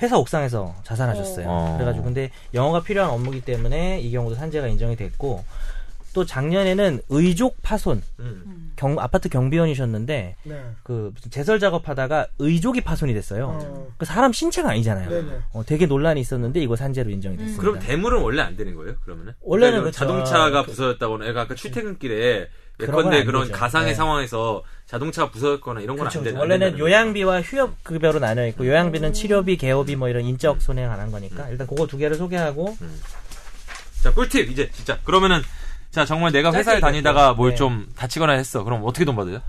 S4: 회사 옥상에서 자살하셨어요.
S1: 어.
S4: 그래가지고 근데 영어가 필요한 업무기 때문에 이 경우도 산재가 인정이 됐고 또 작년에는 의족 파손
S1: 음.
S4: 경- 아파트 경비원이셨는데
S2: 네.
S4: 그 무슨 제설 작업하다가 의족이 파손이 됐어요.
S2: 어.
S4: 그 사람 신체가 아니잖아요.
S2: 네네.
S4: 어, 되게 논란이 있었는데 이거 산재로 인정이 됐습니다.
S1: 그럼 대물은 원래 안 되는 거예요? 그러면은?
S4: 원래는
S1: 그러니까
S4: 그렇죠.
S1: 자동차가 부서졌다거나 애가 아까 출퇴근길에
S4: 그런 건안
S1: 예컨대 그런
S4: 되죠.
S1: 가상의
S4: 네.
S1: 상황에서 자동차가 부서졌거나 이런 건 안
S4: 그렇죠.
S1: 되는
S4: 원래는 요양비와 휴업 급여로 나뉘어 있고 요양비는 치료비, 개업비 뭐 이런 인적 손해 가한
S1: 음.
S4: 거니까 일단 그거 두 개를 소개하고
S1: 자 꿀팁 이제 진짜 그러면은 자 정말 내가 회사에
S4: 짧게
S1: 다니다가
S4: 얘기할게요.
S1: 뭘
S4: 네.
S1: 좀 다치거나 했어 그럼 어떻게 돈 받아요?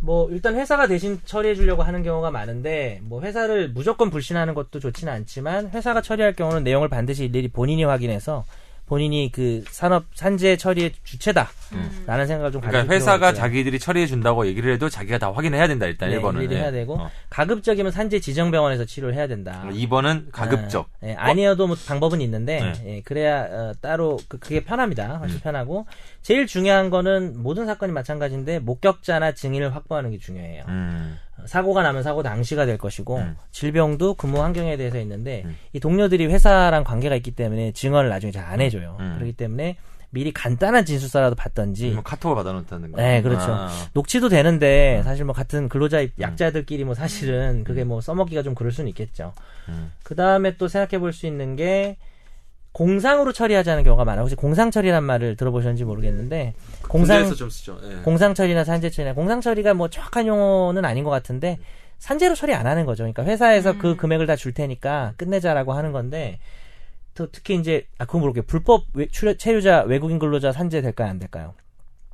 S4: 뭐 일단 회사가 대신 처리해 주려고 하는 경우가 많은데 뭐 회사를 무조건 불신하는 것도 좋지는 않지만 회사가 처리할 경우는 내용을 반드시 일일이 본인이 확인해서 본인이 그 산업 산재 처리의 주체다라는 생각을 좀 가질
S1: 그러니까
S4: 필요가
S1: 회사가
S4: 있고요.
S1: 자기들이 처리해 준다고 얘기를 해도 자기가 다 확인해야 어. 된다 일단
S4: 네,
S1: 1번은
S4: 일일이 해야 되고 가급적이면 산재 지정 병원에서 치료를 해야 된다.
S1: 2번은 가급적
S4: 아, 예, 아니어도 뭐 방법은 있는데
S1: 네. 음.
S4: 예, 그래야 어, 따로 그, 게 편합니다. 훨씬 편하고 제일 중요한 거는 모든 사건이 마찬가지인데 목격자나 증인을 확보하는 게 중요해요.
S1: 음,
S4: 어, 사고가 나면 사고 당시가 될 것이고
S1: 음.
S4: 질병도 근무 환경에 대해서 있는데 이 동료들이 회사랑 관계가 있기 때문에 증언을 나중에 잘 안 해줘요.
S1: 음.
S4: 그렇기 때문에 미리 간단한 진술서라도 받던지
S1: 뭐 카톡을 받아놓다든가
S4: 네, 그렇죠.
S1: 아,
S4: 녹취도 되는데 사실 뭐 같은 근로자 입- 약자들끼리 뭐 사실은 그게 뭐 써먹기가 좀 그럴 수는 있겠죠.
S1: 음.
S4: 그 다음에 또 생각해 볼 수 있는 게 공상으로 처리하자는 경우가 많아요. 혹시 공상 처리란 말을 들어보셨는지 모르겠는데 공상
S1: 공사에서 좀 쓰죠. 예.
S4: 공상 처리나 산재 처리나 공상 처리가 뭐 정확한 용어는 아닌 것 같은데 산재로 처리 안 하는 거죠. 그러니까 회사에서 그 금액을 다 줄 테니까 끝내자라고 하는 건데 또 특히 이제 아 그건 모르겠 불법 외, 출연- 체류자 외국인 근로자 산재 될까요 안 될까요?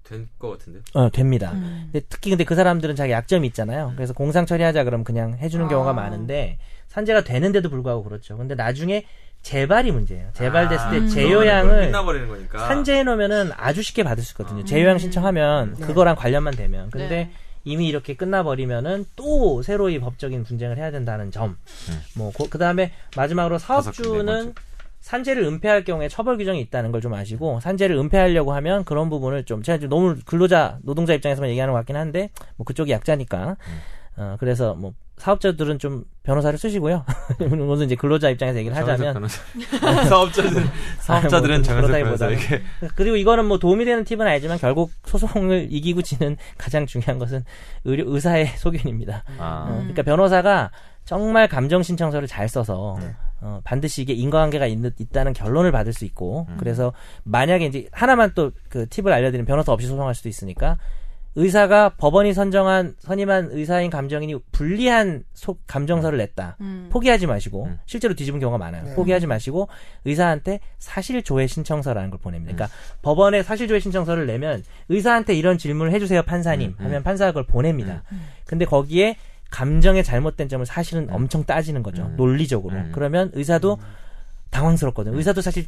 S1: 된것 같은데요.
S4: 어 됩니다.
S3: 음.
S4: 근데 특히 근데 그 사람들은 자기 약점이 있잖아요. 그래서 공상 처리하자 그러면 그냥 해주는
S3: 아.
S4: 경우가 많은데 산재가 되는데도 불구하고 그렇죠. 근데 나중에 재발이 문제예요. 재발됐을 때
S3: 음.
S1: 아. 그러면
S4: 재요양을
S1: 끝나버리는 거니까.
S4: 산재해 놓으면은 아주 쉽게 받을 수 있거든요.
S1: 아.
S4: 재요양 신청하면
S2: 네.
S4: 그거랑 관련만 되면. 근데
S3: 음. 네.
S4: 이미 이렇게 끝나버리면은 또 새로이 법적인 분쟁을 해야 된다는 점. 뭐 그 다음에 마지막으로
S1: 음. 다섯 군데
S4: 사업주는
S1: 먼저.
S4: 산재를 은폐할 경우에 처벌 규정이 있다는 걸 좀 아시고 산재를 은폐하려고 하면 그런 부분을 좀 제가 지금 너무 근로자 노동자 입장에서만 얘기하는 것 같긴 한데 뭐 그쪽이 약자니까
S1: 음.
S4: 어, 그래서 뭐 사업자들은 좀 변호사를 쓰시고요. [laughs] 무슨 이제 근로자 입장에서 얘기를 하자면
S1: 정현석 네, [laughs] 변호사. 사업자들은 사업자들은
S4: 뭐
S1: 정현석 변호사
S4: 그렇다기보다는.
S1: 이렇게
S4: [laughs] 그리고 이거는 뭐 도움이 되는 팁은 알지만 결국 소송을 이기고 지는 가장 중요한 것은 의료, 의사의 [laughs] 소견입니다.
S1: [laughs]
S4: 어,
S1: 아,
S4: 그러니까 변호사가 정말 감정 신청서를 잘 써서 어, 반드시 이게 인과관계가 있, 다는 결론을 받을 수 있고 그래서 만약에 이제 하나만 또 그 팁을 알려드리면 변호사 없이 소송할 수도 있으니까 의사가 법원이 선정한 선임한 의사인 감정인이 불리한 소- 감정서를 냈다.
S3: 음.
S4: 포기하지 마시고
S1: 음.
S4: 실제로 뒤집은 경우가 많아요.
S2: 네.
S4: 포기하지 마시고 의사한테 사실 조회 신청서라는 걸 보냅니다. 그러니까
S1: 음.
S4: 법원에 사실 조회 신청서를 내면 의사한테 이런 질문을 해주세요 판사님
S1: 음.
S4: 하면 판사가 그걸 보냅니다. 근데 거기에 감정의 잘못된 점을 사실은 엄청 따지는 거죠.
S1: 음.
S4: 논리적으로.
S1: 음.
S4: 그러면 의사도 당황스럽거든요. 의사도 사실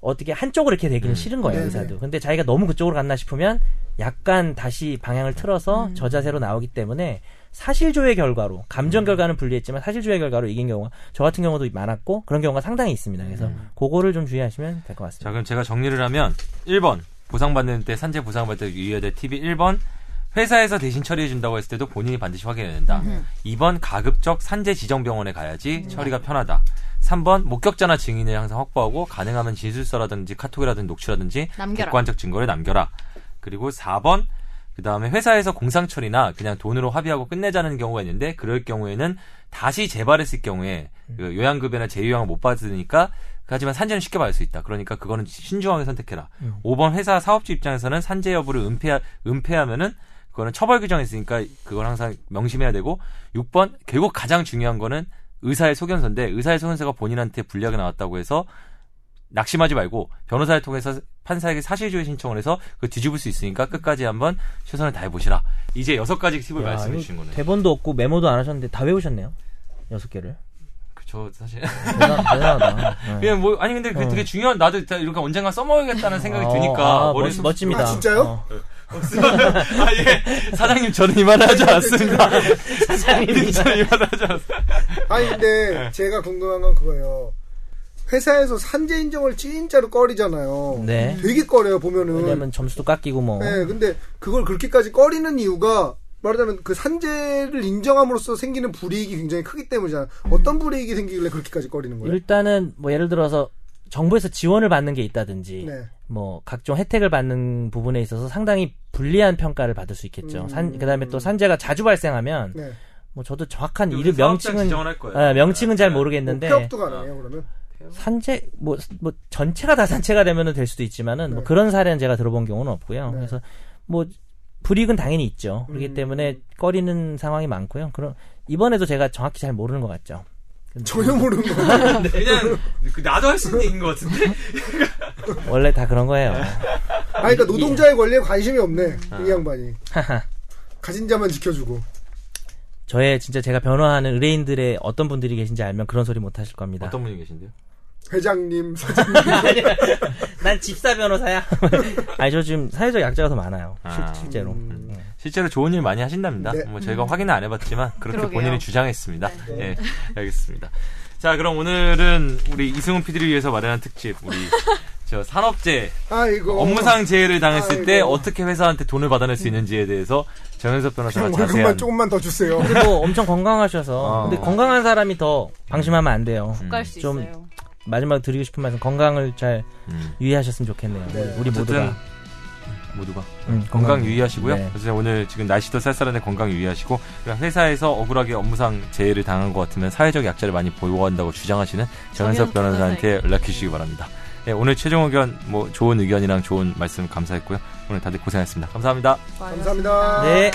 S4: 어떻게 한쪽으로 이렇게 되기는
S1: 음.
S4: 싫은 거예요,
S2: 네네.
S4: 의사도. 근데 자기가 너무 그쪽으로 갔나 싶으면 약간 다시 방향을 틀어서
S3: 음.
S4: 저 자세로 나오기 때문에 사실조회 결과로 감정 결과는 불리했지만 사실조회 결과로 이긴 경우가 저 같은 경우도 많았고 그런 경우가 상당히 있습니다. 그래서 그거를 좀 주의하시면 될
S1: 자,
S4: 것 같습니다.
S1: 그럼 제가 정리를 하면 1번 보상받는 때 산재 보상받을 때 유의해야 될 팁이 1번 회사에서 대신 처리해 준다고 했을 때도 본인이 반드시 확인해야 된다. 2번 가급적 산재 지정 병원에 가야지 처리가 편하다. 3번 목격자나 증인을 항상 확보하고 가능하면 진술서라든지 카톡이라든지 녹취라든지
S3: 남겨라.
S1: 객관적 증거를 남겨라. 그리고 4번 그 다음에 회사에서 공상 처리나 그냥 돈으로 합의하고 끝내자는 경우가 있는데 그럴 경우에는 다시 재발했을 경우에
S3: 음.
S1: 그 요양급여나 재요양을 못 받으니까 그 하지만 산재는 쉽게 받을 수 있다. 그러니까 그거는 신중하게 선택해라. 5번 회사 사업주 입장에서는 산재 여부를 은폐하, 은폐하면은 그거는 처벌 규정이 있으니까 그걸 항상 명심해야 되고 6번 결국 가장 중요한 거는 의사의 소견서인데 의사의 소견서가 본인한테 불리하게 나왔다고 해서 낙심하지 말고 변호사를 통해서 판사에게 사실조회 신청을 해서 그 뒤집을 수 있으니까 끝까지 한번 최선을 다해 보시라. 이제 여섯 가지 팁을
S4: 야,
S1: 말씀해
S4: 이거
S1: 주신 거네요.
S4: 대본도 없고 메모도 안 하셨는데 다 외우셨네요. 여섯 개를.
S1: 저 사실
S4: [laughs] 대단, 대단하다. 네.
S1: 그냥 뭐 아니 근데 그 되게 중요한 나도 일단 이렇게 언젠가 써먹어야겠다는 생각이
S4: 어,
S1: 드니까
S4: 아,
S1: 머릿속
S4: 멋, 집니다 어.
S2: 아, 진짜요?
S1: 아, 예. 사장님, 저는 이만하지
S4: [laughs]
S1: 않았습니다. 사장님, 저는 이만하지 않았습니다.
S2: 아니 근데 제가 궁금한 건 그거예요. 회사에서 산재 인정을 진짜로 꺼리잖아요.
S4: 네.
S2: 되게 꺼려요 보면은.
S4: [laughs] 왜냐면 점수도 깎이고 뭐.
S2: 네, 근데 그걸 그렇게까지 꺼리는 이유가 말하자면 그 산재를 인정함으로써 생기는 불이익이 굉장히 크기 때문이잖아.
S4: 음.
S2: 어떤 불이익이 생기길래 그렇게까지 꺼리는 거예요?
S4: 일단은 뭐 예를 들어서 정부에서 지원을 받는 게 있다든지
S2: 네.
S4: 뭐 각종 혜택을 받는 부분에 있어서 상당히 불리한 평가를 받을 수 있겠죠. 산- 그다음에 또 산재가 자주 발생하면
S2: 네.
S4: 뭐 저도 정확한 이름 명칭은
S1: 지정할 거예요.
S4: 예, 명칭은 잘
S2: 뭐
S4: 모르겠는데 어.
S2: 폐업도 가능해요 그러면?
S4: 산재 뭐 뭐 전체가 다 산재가 되면은 될 수도 있지만은 뭐
S2: 네.
S4: 그런 사례는 제가 들어본 경우는 없고요.
S2: 네.
S4: 그래서 뭐 불이익은 당연히 있죠. 그렇기
S2: 음.
S4: 때문에 꺼리는 상황이 많고요. 그럼 이번에도 제가 정확히 잘 모르는 것 같죠. 근데
S2: 전혀 모르는 거예요.
S4: 네.
S1: 그냥, 그 나도 할 수 있는 얘기인 것 같은데?
S4: 원래 다 그런 거예요. [laughs]
S2: 아,
S4: 예.
S2: 그러니까 노동자의 권리에 관심이 없네
S4: 아.
S2: 이 양반이. 가진 자만 지켜주고.
S4: 저의 진짜 제가 변호하는 의뢰인들의 어떤 분들이 계신지 알면 그런 소리 못 하실
S1: [laughs]
S4: 겁니다.
S1: 어떤 분이 계신데요?
S2: 회장님, 사장
S4: 난 집사 변호사야. [laughs] 아니 저 지금 사회적 약자가 더 많아요. 실-
S1: 아.
S4: 실제로. 음.
S1: 실제로 좋은 일 많이 하신답니다.
S2: 네.
S1: 뭐 저희가 확인은 안 해봤지만 그렇게
S3: 그러게요.
S1: 본인이 주장했습니다.
S4: 네.
S1: 예, 알겠습니다. 자, 그럼 오늘은 우리 이승훈 PD를 위해서 마련한 특집
S4: [laughs]
S1: 우리 저 산업재
S2: 아이고.
S1: 업무상 제해를 당했을 때
S2: 어. 아이고.
S1: 어떻게 회사한테 돈을 받아낼 수 있는지에 대해서 정현석 변호사가
S2: 그냥
S1: 자세한
S2: 월급만 조금만 더 주세요.
S4: 근데 뭐 엄청 건강하셔서.
S1: 어.
S4: 근데 건강한 사람이 더 방심하면 안 돼요.
S3: 갈수
S4: 좀-
S3: 있어요.
S4: 마지막 드리고 싶은 말씀 건강을 잘
S1: 음.
S4: 유의하셨으면 좋겠네요.
S2: 네.
S4: 우리
S1: 어쨌든
S4: 모두가
S1: 모두가
S4: 음,
S1: 건강 유의하시고요.
S4: 네.
S1: 그래서 오늘 지금 날씨도 쌀쌀한데 건강 유의하시고 그리고 회사에서 억울하게 업무상 재해를 당한 것 같으면 사회적 약자를 많이 보호한다고 주장하시는 정현석
S3: 정현석
S1: 변호사한테 연락해 주시기 바랍니다. 예, 오늘 최종 의견 뭐 좋은 의견이랑 좋은 말씀 감사했고요. 오늘 다들 고생했습니다. 감사합니다.
S2: 감사합니다.
S4: 네.